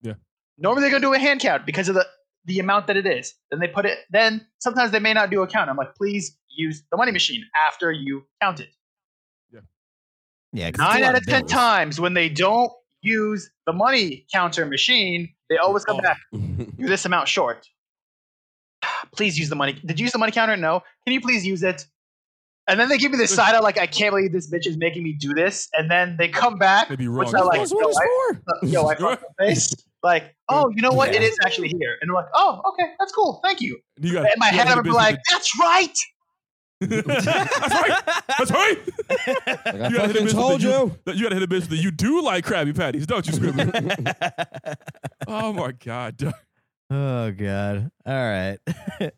Yeah. Normally they're gonna do a hand count because of the the amount that it is. Then they put it. Then sometimes they may not do a count. I'm like, please use the money machine after you count it. Yeah, 'cause it's a Nine lot out of ten bills. times when they don't use the money counter machine, they always come Oh. back. You're this amount short. Please use the money. Did you use the money counter? No. Can you please use it? And then they give me this side out like, I can't believe this bitch is making me do this. And then they come back. Maybe which wrong. I like, That's what yo, it's I- for. yo, I fucked up face. Like, oh, you know what? It is actually here. And I'm like, oh, okay, that's cool. Thank you. You got And in my you head, got I'm gonna the be like, that's right. business- That's right. That's right. Like, I You gotta hit a fucking bitch told with the you. You gotta hit a bitch that you do like Krabby Patties, don't you, Scribbler? oh my god. dog. oh, God. All right.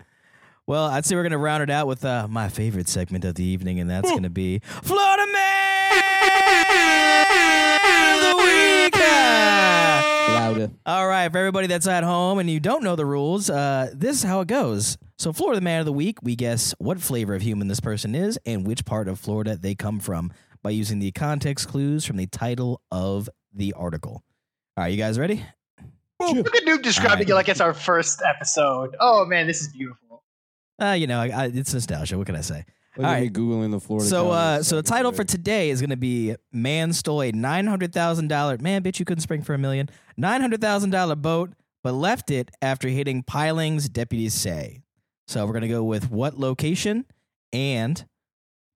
well, I'd say we're going to round it out with uh, my favorite segment of the evening, and that's Ooh. going to be Florida Man of the Week. Louder. All right, for everybody that's at home and you don't know the rules, uh, this is how it goes. So, Florida Man of the Week, we guess what flavor of human this person is and which part of Florida they come from by using the context clues from the title of the article. All right, you guys ready? Look at Noob describing it like it's our first episode. Oh man, this is beautiful. Uh, you know, I, I, it's nostalgia. What can I say? Look All at me googling the Florida. So, uh, Cowboys. so the title for today is going to be "Man Stole a Nine Hundred Thousand Dollar Man Bitch You Couldn't Spring for a Million Nine Hundred Thousand Dollar Boat, but left it after hitting pilings." Deputies say. So we're going to go with what location and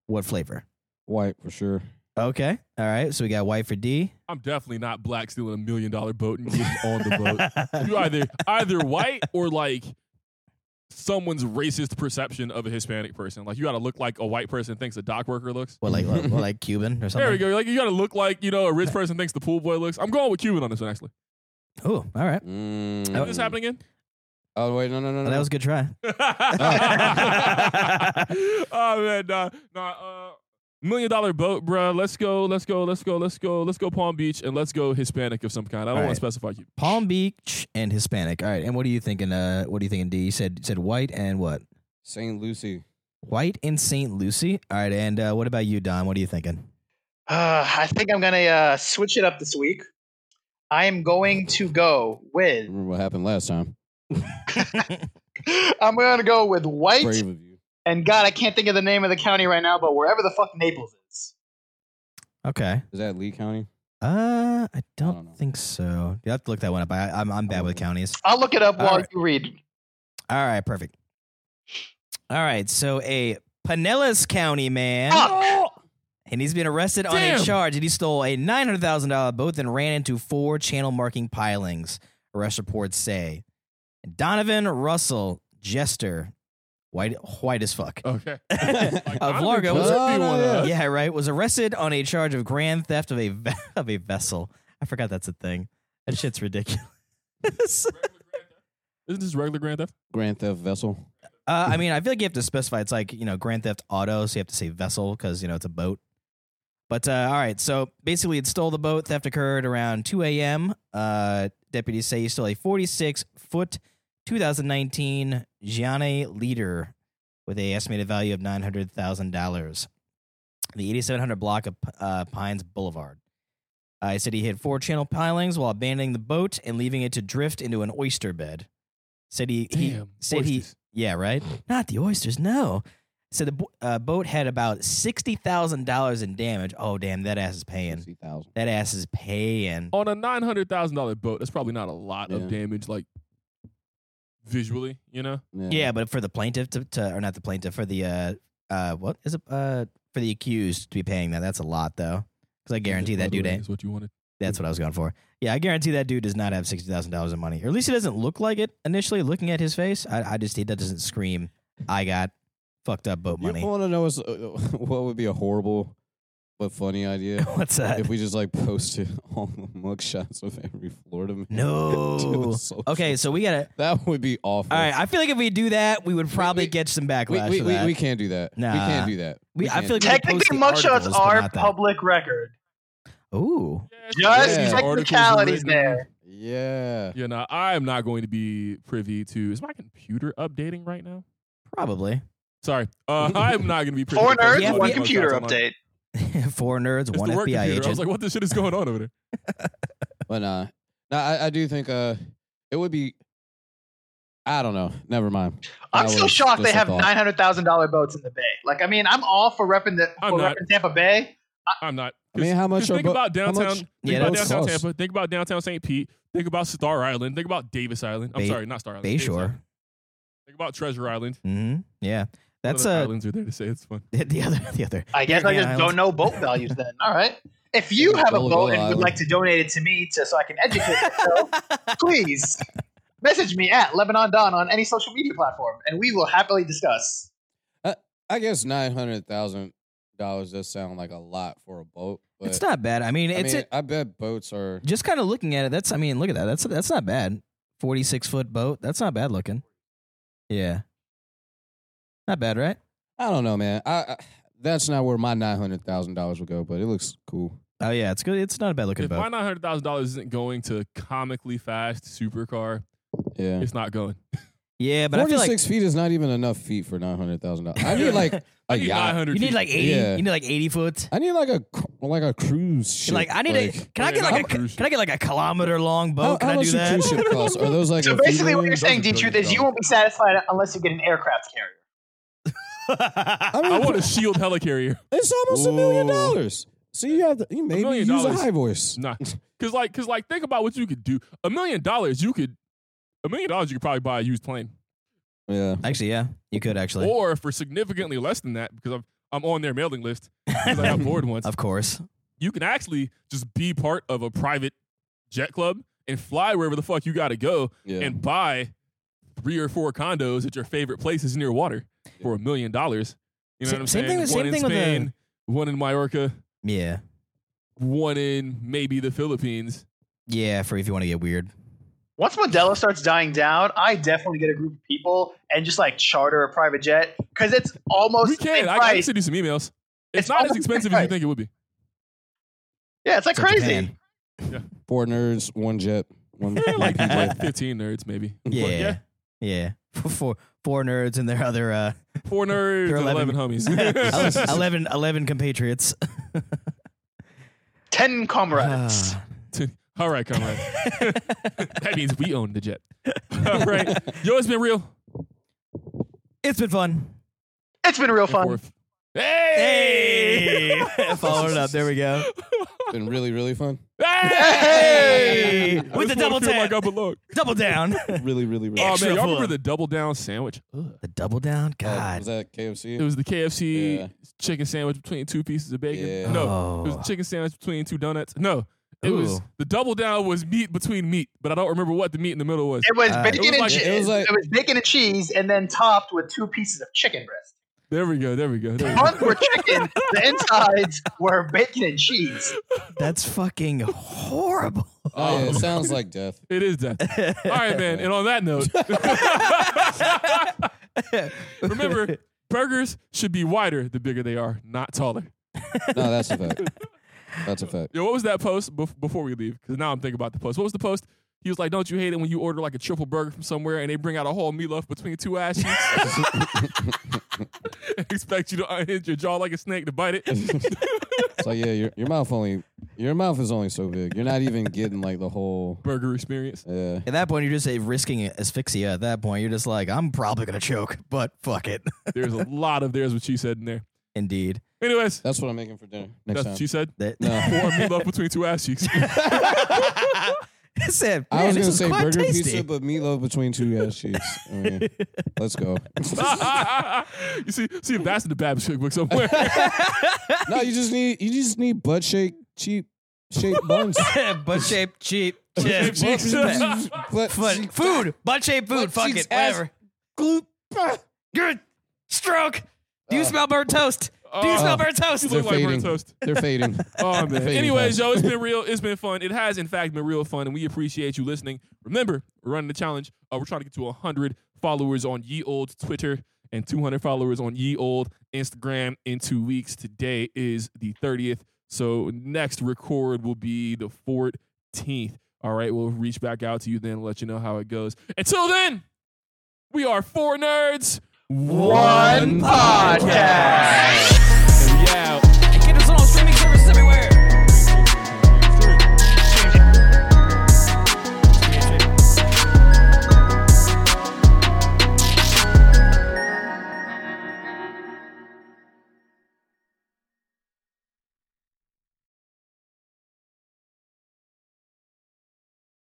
what flavor. white for sure. Okay. All right. So we got white for D. I'm definitely not black stealing a million dollar boat and getting on the boat. you either either white or like someone's racist perception of a Hispanic person. Like you got to look like a white person thinks a dock worker looks. what like what, what, like Cuban or something? There we go. Like you got to look like you know a rich person thinks the pool boy looks. I'm going with Cuban on this one actually. Oh, all right. Did Mm. this happen again? Oh wait, no, no, no, Well, no. that was a good try. oh man, nah, nah. Uh, million dollar boat, bruh. Let's go. Let's go. Let's go. Let's go. Let's go Palm Beach and let's go Hispanic of some kind. I don't All want right. to specify you. Palm Beach and Hispanic. All right. And what are you thinking? Uh, what are you thinking? D. You said you said white and what? St. Lucie. White and St. Lucie. All right, and uh, what about you, Don? What are you thinking? Uh, I think I'm gonna uh, switch it up this week. I am going to go with. Remember what happened last time? I'm gonna go with white Brave of you. and God, I can't think of the name of the county right now, but wherever the fuck Naples is. Okay. Is that Lee County? Uh, I don't, don't know. think so. You have to look that one up. I, I'm I'm bad with Oh. counties. I'll look it up All while right. you read. All right, perfect. All right, so a Pinellas County man, Fuck! and he's been arrested on Damn. a charge that he stole a nine hundred thousand dollar boat, then ran into four channel marking pilings. Arrest reports say Donovan Russell Jester, white white as fuck. Okay. of Largo was- was Uh, yeah right was arrested on a charge of grand theft of a ve- of a vessel. I forgot that's a thing. That shit's ridiculous. Isn't this regular Grand Theft? Grand Theft Vessel. Uh, I mean, I feel like you have to specify. It's like you know, grand theft auto, so you have to say vessel because you know it's a boat. But uh, all right, so basically, it stole the boat. Theft occurred around 2 a.m. Uh, deputies say he stole a 46 foot 2019 Gianni Leader with a estimated value of nine hundred thousand dollars. The 8700 block of uh, Pines Boulevard. Uh, he said he hit four channel pilings while abandoning the boat and leaving it to drift into an oyster bed. Said he, he Damn, said he oysters. yeah, right? Not the oysters, no. So the bo- uh, boat had about $60,000 in damage. Oh, damn, that ass is paying. Sixty thousand. That ass is paying. on a nine hundred thousand dollar boat. That's probably not a lot Yeah. of damage, like visually, you know. Yeah, but for the plaintiff to, to or not the plaintiff, for the, uh, uh, what is it? Uh, for the accused to be paying that. That's a lot, though. Because I guarantee that dude ain't. is what you wanted. That's what I was going for. Yeah, I guarantee that dude does not have $60,000 in money. Or at least it doesn't look like it initially looking at his face. I, I just, that doesn't scream, I got fucked up boat You money. want to know what's, uh, what would be a horrible but funny idea? What's that? if we just like posted all the mugshots of every Florida man. to No. the social- Okay, so we gotta. that would be awful. All right, I feel like if we do that, we would probably we- get some we, backlash. we, for we, that. we can't do that. We Nah. can't do that. We- I can't feel like we- do that. post the Technically, mugshots articles, but are not that. public record. Ooh, Just Yeah. technicalities there. yeah. Yeah, nah, I am not going to be privy to. Is my computer updating right now? probably. Sorry, uh, I am not going to be privy. Four to nerds, posting Yeah, all one these computer mugshots online. update. Four nerds, It's one the work FBI computer. I was agent. like, what the shit is going on over there? But nah. Nah, I, I do think uh it would be I don't know. Never mind. I'm That still was shocked they just a have thought. nine hundred thousand dollar boats in the bay. Like, I mean, I'm all for repping the I'm for not. repping Tampa Bay. I'm not. I mean, 'Cause- how much 'cause are think bo- about how much- downtown? Think Yeah, about that's downtown close. Tampa. Think about downtown St. Pete. Think about Star Island. Think about Davis Island. I'm Bay- sorry, not Star Island. Davis Island. Bayshore. Think about Treasure Island. Mm-hmm. Yeah, What that's other uh, islands are there to say it's fun. the other, the other. I guess I Caribbean just islands. don't know boat values then. All right. If you have a Gullah boat Gullah and would Island. like to donate it to me to, so I can educate myself, please message me at Lebanon Don on any social media platform, and we will happily discuss. I guess nine hundred thousand dollars does sound like a lot for a boat. But It's not bad. I mean, I it's mean, I bet boats are it- just kind of looking at it. That's. I mean, look at that. That's that's not bad. Forty six foot boat. That's not bad looking. Yeah. Not bad, right? I don't know, man. I, I that's not where my nine hundred thousand dollars would go, but it looks cool. Oh yeah, it's good. It's not a bad looking If boat. my nine hundred thousand dollars isn't going to comically fast supercar, Yeah. it's not going. yeah, but I Forty feel like six feet is not even enough feet for nine hundred thousand dollars. I need like a I need nine yacht. hundred. you need like eighty. Yeah. You need like eighty foot. I need like a cr- like a cruise ship. You're like I need Like, a. Can I Yeah, get like I'm a? cruise Can I get like a kilometer long boat? how, can how I much do do that? cruise ship cost? Are those like So a few basically, what million? you're saying, Those are Detroit, billions is you won't be satisfied unless you get an aircraft carrier. I mean, I want a shield helicarrier. It's almost a million Ooh. dollars. So you have to, you maybe million use a dollars. high voice. Nah, because like, because like, think about what you could do. A million dollars, you could. A million dollars, you could probably buy a used plane, Yeah. Actually, yeah, you could actually. or for significantly less than that, because I'm I'm on their mailing list because I got bored once. Of course. You can actually just be part of a private jet club and fly wherever the fuck you got to go Yeah. and buy three or four condos at your favorite places near water for a million dollars. You know Sa- what I'm same saying? thing with- one same in thing with the- Spain, one in Mallorca, Yeah. one in maybe the Philippines. Yeah, for if you want to get weird. Once Modelo starts dying down, I definitely get a group of people and just like charter a private jet because it's almost we the Oh, same can. I, I can price. send you some emails. It's, It's not as almost the expensive same as price. you think it would be. yeah, it's like Except crazy. Japan. Four nerds, one jet, one. Yeah, one like, PJ. like 15 nerds, maybe. Yeah. yeah. Yeah. Four four nerds and their other uh, Four nerds They're and 11, 11. homies. 11, 11 compatriots. Ten comrades. Ah. All right, comrade. that means we own the jet. All right. Yo, it's been real. it's been fun. it's been real fun. Fourth. Hey! Followed it up. There we go. Been really, really fun. Hey! Hey! I With just the wanna double feel tap. Like I belong. Double down. Really, really, really. Oh, Extra man. Y'all full. remember the double down sandwich? Ugh. the double down. Uh, was God. that KFC? It was the KFC Yeah. chicken sandwich between two pieces of bacon. Yeah. No, Oh. it was a chicken sandwich between two donuts. No, it was Ooh. the double down was meat between meat, but I don't remember what the meat in the middle was. It was Uh, bacon Ah, it was and like- cheese. it was like- it was bacon and cheese, and then topped with two pieces of chicken breast. There we go. There we go. There we go. Buns were chicken. The insides were bacon and cheese. That's fucking horrible. Oh, yeah, it sounds like death. It is death. All right, man. And on that note, remember burgers should be wider the bigger they are, not taller. No, that's a fact. That's a fact. Yo, what was that post bef- before we leave? Because now I'm thinking about the post. What was the post? He was like, "Don't you hate it when you order like a triple burger from somewhere and they bring out a whole meatloaf between two ass cheeks? Expect you to unhinge your jaw like a snake to bite it." so yeah, your your mouth only your mouth is only so big. You're not even getting like the whole Burger experience. yeah. At that point, you're just uh, risking asphyxia. At that point, you're just like, I'm probably gonna choke, but fuck it. There's a lot of there's what she said in there. Indeed. Anyways, That's what I'm making for dinner next that's what she said. That- No. Pour a meatloaf between two ass cheeks. I said, time. I "Man, was gonna this say is quite burger tasty. pizza, but meatloaf between two ass cheeks. I mean, let's go. you see, see if that's in the Baptist cookbook somewhere. no, you just need you just need butt shake cheap shaped buns. butt shaped cheap. Butt-shaped Yeah. cheeks. Butt Fun. cheek- Food. Butt shaped food. Butt Fuck cheeks, it. ass- Whatever. gloop. Good. Stroke. Do you Uh. smell burnt toast? Do you Oh, smell burnt toast? you look like burnt fading. toast. They're fading. Oh man. Fading fast. Anyways, yo, it's been real. It's been fun. It has, in fact, been real fun, and we appreciate you listening. Remember, we're running the challenge. Uh, we're trying to get to 100 followers on Ye Old Twitter and 200 followers on Ye Old Instagram in two weeks. Today is the 30th, so next record will be the 14th. All right, we'll reach back out to you then, and let you know how it goes. Until then, we are four nerds, One podcast. and we out.